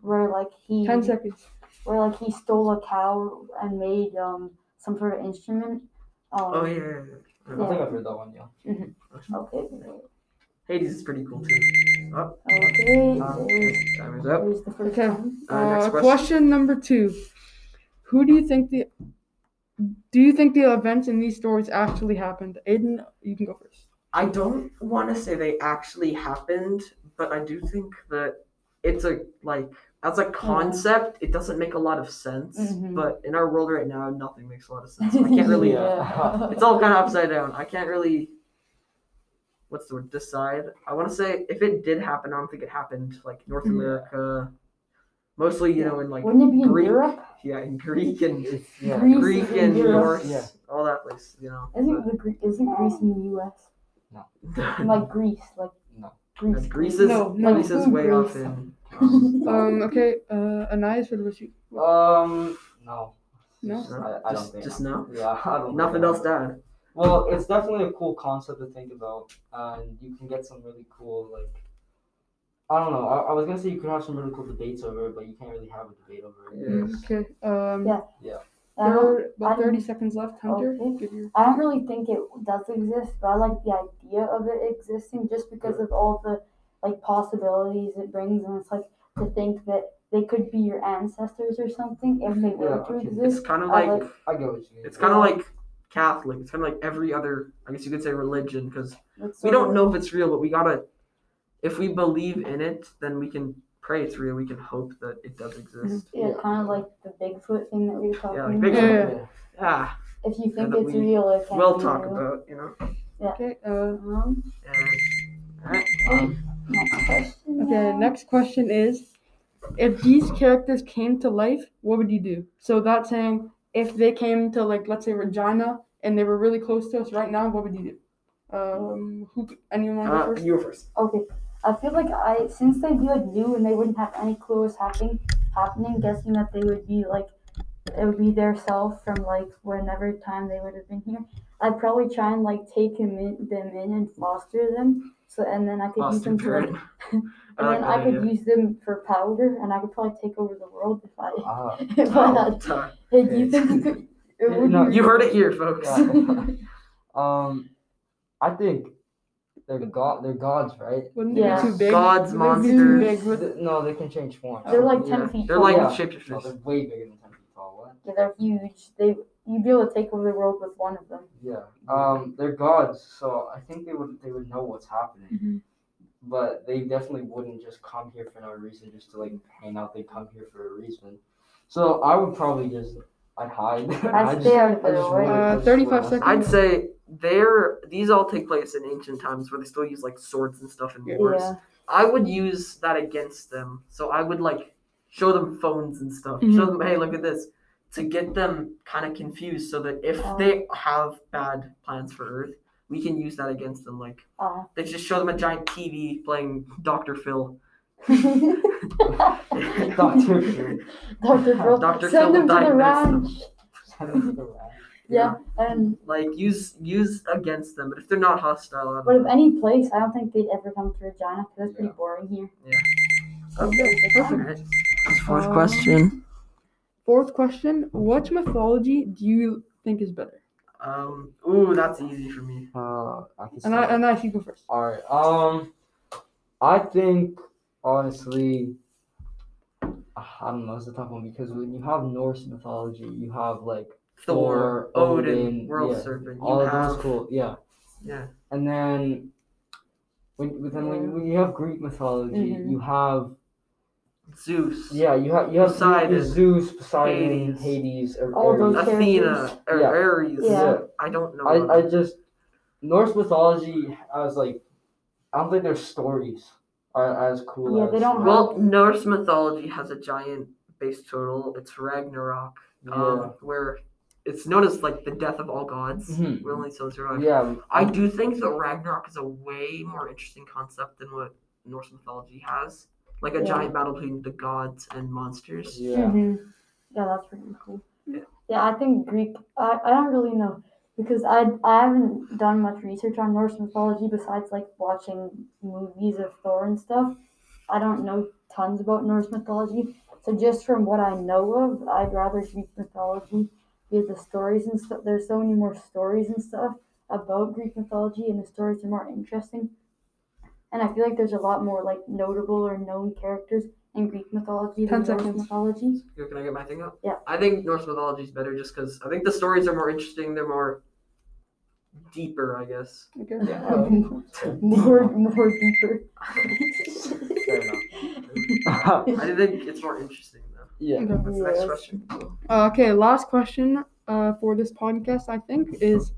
[SPEAKER 5] where like he
[SPEAKER 4] Ten seconds.
[SPEAKER 5] where like he stole a cow and made um some sort of instrument. Um,
[SPEAKER 1] oh yeah. yeah, yeah, yeah.
[SPEAKER 3] I think I've heard that one. Yeah.
[SPEAKER 5] Okay.
[SPEAKER 1] Hades is pretty cool too.
[SPEAKER 5] Okay.
[SPEAKER 1] Um,
[SPEAKER 5] there's,
[SPEAKER 1] Time is up.
[SPEAKER 5] there's the first
[SPEAKER 4] Okay.
[SPEAKER 5] one.
[SPEAKER 1] Uh, next
[SPEAKER 4] Uh,
[SPEAKER 1] question.
[SPEAKER 4] question number two. Who do you think the do you think the events in these stories actually happened? Aiden, you can go first.
[SPEAKER 1] I don't want to say they actually happened, but I do think that it's a like as a concept, it doesn't make a lot of sense.
[SPEAKER 5] Mhm.
[SPEAKER 4] Mm-hmm.
[SPEAKER 1] But in our world right now, nothing makes a lot of sense. I can't really. uh, It's all kind of upside down. I can't really. What's the word? Decide. I want to say if it did happen, I don't think it happened like North
[SPEAKER 4] Mhm.
[SPEAKER 1] America, mostly you know in like
[SPEAKER 5] Wouldn't it be in
[SPEAKER 1] Greek,
[SPEAKER 5] Europe?
[SPEAKER 1] yeah, in Greek and
[SPEAKER 3] It's- yeah.
[SPEAKER 5] Greece
[SPEAKER 1] Greek
[SPEAKER 5] is in
[SPEAKER 1] and
[SPEAKER 5] Europe.
[SPEAKER 1] Norse,
[SPEAKER 3] Yeah.
[SPEAKER 1] all that place, you know.
[SPEAKER 5] Isn't the Gre- isn't Greece in the U.S.
[SPEAKER 1] But-
[SPEAKER 5] like Greece, like
[SPEAKER 3] No.
[SPEAKER 5] Greece?
[SPEAKER 1] Greece is
[SPEAKER 4] No, no.
[SPEAKER 1] Greece is way off
[SPEAKER 5] Greece.
[SPEAKER 1] in. Um,
[SPEAKER 4] Um, okay, uh, Anais, what about you?
[SPEAKER 3] Um. No.
[SPEAKER 4] No?
[SPEAKER 3] I, I don't
[SPEAKER 1] just,
[SPEAKER 3] think.
[SPEAKER 1] just no.
[SPEAKER 3] yeah. I don't
[SPEAKER 1] Nothing
[SPEAKER 3] think
[SPEAKER 1] else to add.
[SPEAKER 3] Well, it's definitely a cool concept to think about, and you can get some really cool like. I don't know. I, I was gonna say you could have some really cool debates over it, but you can't really have a debate over it.
[SPEAKER 1] Yeah.
[SPEAKER 3] because-
[SPEAKER 4] Okay, um,
[SPEAKER 5] Yeah. I don't-
[SPEAKER 4] third, about 30 seconds left. Hunter,
[SPEAKER 5] Okay.
[SPEAKER 4] give your.
[SPEAKER 5] I don't really think it does exist, but I like the idea of it existing just because of all the like possibilities it brings, and it's like to think that they could be your ancestors or something if they were
[SPEAKER 3] Yeah,
[SPEAKER 5] to
[SPEAKER 3] okay.
[SPEAKER 1] It's
[SPEAKER 5] exist.
[SPEAKER 1] kind of
[SPEAKER 5] I
[SPEAKER 1] like
[SPEAKER 3] I get what you mean.
[SPEAKER 1] it's kind of like Catholic. It's kind of like every other, I guess you could say, religion because
[SPEAKER 5] That's
[SPEAKER 1] we
[SPEAKER 5] sort
[SPEAKER 1] don't
[SPEAKER 5] of-
[SPEAKER 1] know if it's real, but we gotta. If we believe in it, then we can pray it's real. We can hope that it does exist.
[SPEAKER 5] Yeah, kind of like the Bigfoot thing that we were talking
[SPEAKER 1] Yeah, like
[SPEAKER 5] about.
[SPEAKER 1] Bigfoot.
[SPEAKER 4] Yeah.
[SPEAKER 1] Ah,
[SPEAKER 5] If you think
[SPEAKER 1] that
[SPEAKER 5] it's
[SPEAKER 1] we
[SPEAKER 5] real, it can
[SPEAKER 1] we'll
[SPEAKER 5] be
[SPEAKER 1] talk
[SPEAKER 5] real.
[SPEAKER 1] about you know.
[SPEAKER 4] Okay, uh,
[SPEAKER 5] Um,
[SPEAKER 1] And
[SPEAKER 3] Um,
[SPEAKER 5] next question.
[SPEAKER 4] okay,
[SPEAKER 5] now.
[SPEAKER 4] next question is if these characters came to life, what would you do? So that's saying if they came to, like, let's say Regina and they were really close to us right now, what would you do? Um, who, anyone want to go
[SPEAKER 1] uh,
[SPEAKER 4] first?
[SPEAKER 1] you were first.
[SPEAKER 5] Okay, I feel like I since they'd be like new and they wouldn't have any clue what's happening happening, guessing that they would be like it would be their self from like whenever time they would have been here. I'd probably try and like take him in, them in and foster them. So and then I could use
[SPEAKER 1] Foster
[SPEAKER 5] them for like,
[SPEAKER 1] parent. Uh,
[SPEAKER 5] and then
[SPEAKER 1] like
[SPEAKER 5] I
[SPEAKER 1] that
[SPEAKER 5] could
[SPEAKER 1] idea.
[SPEAKER 5] use them for powder, and I could probably take over the world if I.
[SPEAKER 3] Ah,
[SPEAKER 5] if I had.
[SPEAKER 1] Sorry.
[SPEAKER 5] Hey, do you think you could? It would
[SPEAKER 3] No,
[SPEAKER 5] be-
[SPEAKER 1] You heard it here, folks.
[SPEAKER 3] yeah. um, I think they're god. They're gods, right?
[SPEAKER 4] Wouldn't
[SPEAKER 5] Yeah.
[SPEAKER 4] they be too big?
[SPEAKER 1] Gods,
[SPEAKER 4] Wouldn't they be too
[SPEAKER 1] monsters.
[SPEAKER 4] big with-
[SPEAKER 3] Th- No, they can change form.
[SPEAKER 5] They're like ten
[SPEAKER 1] Yeah.
[SPEAKER 5] feet.
[SPEAKER 1] They're
[SPEAKER 5] tall.
[SPEAKER 1] like
[SPEAKER 3] Yeah. No,
[SPEAKER 1] shapeshifters.
[SPEAKER 3] they're way bigger than ten feet tall. What?
[SPEAKER 5] Yeah, they're huge. They you'd be able to take over the world with one of them.
[SPEAKER 3] Yeah. Um, they're gods, so I think they would they would know what's happening.
[SPEAKER 4] Mhm.
[SPEAKER 3] But they definitely wouldn't just come here for no reason, just to like hang out. They come here for a reason. So I would probably just I'd hide.
[SPEAKER 5] I'd
[SPEAKER 3] just-
[SPEAKER 5] stay out of their
[SPEAKER 3] just
[SPEAKER 5] way.
[SPEAKER 3] wouldn't- I
[SPEAKER 4] Uh,
[SPEAKER 3] just
[SPEAKER 4] 35
[SPEAKER 3] wouldn't listen.
[SPEAKER 4] seconds.
[SPEAKER 1] I'd say they're these all take place in ancient times where they still use like swords and stuff in
[SPEAKER 4] Yeah.
[SPEAKER 1] wars.
[SPEAKER 5] Yeah.
[SPEAKER 1] I would use that against them. So I would like show them phones and stuff. Show
[SPEAKER 5] Mm-hmm.
[SPEAKER 1] them, hey, look at this, to get them kind of confused so that if
[SPEAKER 5] Oh.
[SPEAKER 1] they have bad plans for Earth, we can use that against them. Like
[SPEAKER 5] Uh.
[SPEAKER 1] they just show them a giant TV playing Doctor Phil.
[SPEAKER 3] Doctor Phil.
[SPEAKER 5] Doctor Phil.
[SPEAKER 1] Dr.
[SPEAKER 5] Send
[SPEAKER 1] Phil
[SPEAKER 5] them to the
[SPEAKER 1] diagnosed them.
[SPEAKER 5] ranch.
[SPEAKER 3] Send them to the rack.
[SPEAKER 5] Yeah, and
[SPEAKER 1] Like use use against them, but if they're not hostile, I don't
[SPEAKER 5] but if
[SPEAKER 1] know.
[SPEAKER 5] any place, I don't think they'd ever come to Regina because that's pretty
[SPEAKER 3] Yeah.
[SPEAKER 5] boring here.
[SPEAKER 1] Yeah.
[SPEAKER 5] So
[SPEAKER 1] Okay,
[SPEAKER 5] there's the
[SPEAKER 1] All
[SPEAKER 5] time.
[SPEAKER 1] right.
[SPEAKER 2] Fourth
[SPEAKER 4] Um,
[SPEAKER 2] question.
[SPEAKER 4] Fourth question: Which mythology do you think is better?
[SPEAKER 1] Um. Ooh, that's easy for me.
[SPEAKER 3] Uh, I can
[SPEAKER 4] And I
[SPEAKER 3] start.
[SPEAKER 4] and I should go first.
[SPEAKER 3] All right. Um, I think honestly, ah, I don't know. It's a tough one because when you have Norse mythology, you have like
[SPEAKER 1] Thor,
[SPEAKER 3] Thor,
[SPEAKER 1] Odin,
[SPEAKER 3] Odin,
[SPEAKER 1] World
[SPEAKER 3] yeah,
[SPEAKER 1] Serpent. You
[SPEAKER 3] all of
[SPEAKER 1] have
[SPEAKER 3] those cool. Yeah,
[SPEAKER 1] yeah.
[SPEAKER 3] and then when but then when, when you have Greek mythology,
[SPEAKER 5] Mm-hmm.
[SPEAKER 4] Mhm.
[SPEAKER 3] you have
[SPEAKER 1] Zeus.
[SPEAKER 3] yeah, you have you have
[SPEAKER 1] Poseidon,
[SPEAKER 3] your Zeus, Poseidon,
[SPEAKER 1] Hades.
[SPEAKER 3] Hades, or
[SPEAKER 5] All
[SPEAKER 3] Ares.
[SPEAKER 5] those
[SPEAKER 1] Athena or
[SPEAKER 3] Yeah.
[SPEAKER 1] Ares.
[SPEAKER 3] Yeah.
[SPEAKER 1] I don't know.
[SPEAKER 3] I, I just Norse mythology. I was like, I don't think their stories are as cool.
[SPEAKER 5] Yeah,
[SPEAKER 3] as
[SPEAKER 5] they don't have-
[SPEAKER 1] Well, Norse mythology has a giant base total. It's Ragnarok,
[SPEAKER 3] Yeah.
[SPEAKER 1] um, where it's known as like the death of all gods.
[SPEAKER 3] Mhm.
[SPEAKER 1] We only so survive.
[SPEAKER 3] Yeah,
[SPEAKER 1] I do think that Ragnarok is a way more interesting concept than what Norse mythology has. Like a
[SPEAKER 5] Yeah.
[SPEAKER 1] giant battle between the gods and monsters.
[SPEAKER 3] Yeah.
[SPEAKER 5] Mhm. Yeah, that's pretty cool.
[SPEAKER 1] Yeah.
[SPEAKER 5] I think Greek. I, I don't really know because I I haven't done much research on Norse mythology besides like watching movies of Thor and stuff. I don't know tons about Norse mythology, so just from what I know of, I'd rather Greek mythology because the stories and stuff. There's so many more stories and stuff about Greek mythology, and the stories are more interesting. And I feel like there's a lot more like notable or known characters in Greek mythology than
[SPEAKER 4] Ten
[SPEAKER 5] Norse
[SPEAKER 4] seconds.
[SPEAKER 5] mythology.
[SPEAKER 1] Here, can I get my thing up?
[SPEAKER 5] Yeah.
[SPEAKER 1] I think Norse mythology is better just because I think the stories are more interesting. They're more deeper, I guess.
[SPEAKER 4] Okay.
[SPEAKER 3] Oh,
[SPEAKER 5] more more deeper.
[SPEAKER 3] Fair enough.
[SPEAKER 1] I think it's more interesting though.
[SPEAKER 3] yeah.
[SPEAKER 4] Okay.
[SPEAKER 1] What's the next
[SPEAKER 5] Yes.
[SPEAKER 1] question?
[SPEAKER 4] Uh, okay, last question uh, for this podcast, I think, is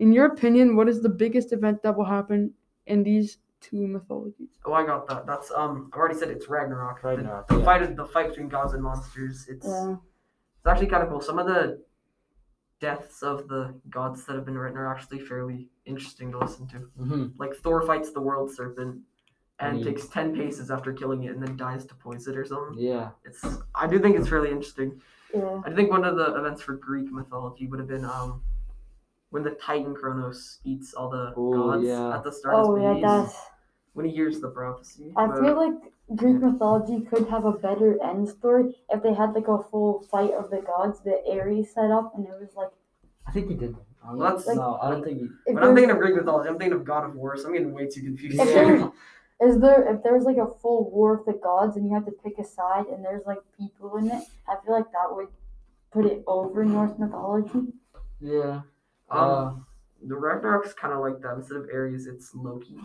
[SPEAKER 4] in your opinion, what is the biggest event that will happen in these two mythologies?
[SPEAKER 1] Oh, I got that. That's um. I've already said it's Ragnarok. The-
[SPEAKER 3] Ragnarok,
[SPEAKER 1] The,
[SPEAKER 3] yeah.
[SPEAKER 1] fight, the fight between gods and monsters. It's
[SPEAKER 5] yeah.
[SPEAKER 1] it's actually kind of cool. Some of the deaths of the gods that have been written are actually fairly interesting to listen to.
[SPEAKER 3] Mhm.
[SPEAKER 1] Like Thor fights the world serpent and
[SPEAKER 3] Mm.
[SPEAKER 1] takes ten paces after killing it, and then dies to poison or something.
[SPEAKER 3] Yeah.
[SPEAKER 1] It's I do think it's really interesting.
[SPEAKER 5] Yeah.
[SPEAKER 1] I think one of the events for Greek mythology would have been um when the Titan Kronos eats all the
[SPEAKER 3] Ooh,
[SPEAKER 1] gods
[SPEAKER 3] yeah.
[SPEAKER 1] at the start
[SPEAKER 5] Oh
[SPEAKER 1] of
[SPEAKER 5] yeah,
[SPEAKER 1] Hades
[SPEAKER 5] that's.
[SPEAKER 1] when he hears the prophecy.
[SPEAKER 5] I
[SPEAKER 1] but-
[SPEAKER 5] feel like Greek mythology could have a better end story if they had like a full fight of the gods that Ares set up, and it was like
[SPEAKER 3] I think he did. I'm
[SPEAKER 1] Well,
[SPEAKER 3] not,
[SPEAKER 1] that's-
[SPEAKER 3] no, I don't think he.
[SPEAKER 5] if
[SPEAKER 1] When I'm
[SPEAKER 5] there's,
[SPEAKER 1] thinking of Greek mythology, I'm thinking of God of War, so I'm getting way too confused.
[SPEAKER 5] If
[SPEAKER 3] Yeah.
[SPEAKER 5] there's- is there if there's like a full war of the gods and you have to pick a side and there's like people in it, I feel like that would put it over Norse mythology.
[SPEAKER 3] Yeah. Uh,
[SPEAKER 1] Um, the Ragnarok's kind of like that. Instead of Ares, it's Loki.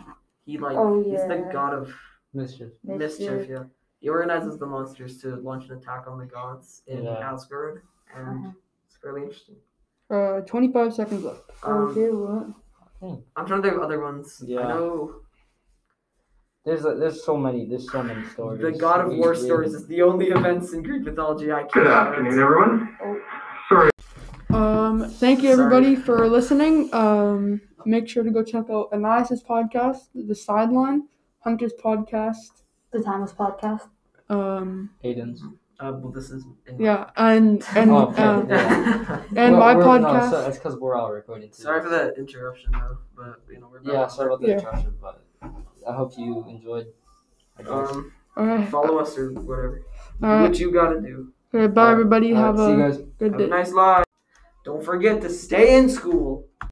[SPEAKER 1] He like
[SPEAKER 5] Oh,
[SPEAKER 1] he's the
[SPEAKER 5] yeah.
[SPEAKER 1] god of
[SPEAKER 3] mischief.
[SPEAKER 1] mischief. Yeah, he organizes the monsters to launch an attack on the gods in
[SPEAKER 3] Yeah.
[SPEAKER 1] Asgard, and
[SPEAKER 5] Uh-huh.
[SPEAKER 1] it's fairly interesting.
[SPEAKER 4] Uh, 25 seconds left.
[SPEAKER 5] Oh,
[SPEAKER 1] Um,
[SPEAKER 5] dear, what?
[SPEAKER 1] I'm trying to think of other ones. I
[SPEAKER 3] Yeah.
[SPEAKER 1] know
[SPEAKER 3] There's like, there's so many there's so many stories.
[SPEAKER 1] the God of
[SPEAKER 3] We-
[SPEAKER 1] War
[SPEAKER 3] we-
[SPEAKER 1] stories is the only events in Greek mythology I can
[SPEAKER 9] Good afternoon, everyone.
[SPEAKER 4] Um, thank you everybody for listening. Um, make sure to go check out Ananias' podcast, The Sideline, Hunter's podcast.
[SPEAKER 5] The Timeless Podcast.
[SPEAKER 4] Um,
[SPEAKER 3] Aiden's.
[SPEAKER 1] Uh, well, this is. in-
[SPEAKER 4] Yeah, and and
[SPEAKER 3] Oh, okay.
[SPEAKER 5] um,
[SPEAKER 4] uh,
[SPEAKER 1] Yeah.
[SPEAKER 4] and
[SPEAKER 3] Well,
[SPEAKER 4] my
[SPEAKER 3] we're-
[SPEAKER 4] podcast.
[SPEAKER 3] No, so that's because we're all recording. Too.
[SPEAKER 1] sorry for that interruption, though. But you know we're back.
[SPEAKER 3] Yeah, sorry about the
[SPEAKER 4] Yeah.
[SPEAKER 3] interruption, but I hope you enjoyed. I guess.
[SPEAKER 1] Um,
[SPEAKER 4] all right, all
[SPEAKER 1] follow us or whatever. Do
[SPEAKER 4] right,
[SPEAKER 1] What you gotta do.
[SPEAKER 4] all right. Bye, everybody.
[SPEAKER 3] Alright,
[SPEAKER 4] Have
[SPEAKER 3] see you
[SPEAKER 4] a
[SPEAKER 3] guys.
[SPEAKER 4] good
[SPEAKER 1] Have a
[SPEAKER 4] day.
[SPEAKER 1] nice life. Don't forget to stay in school.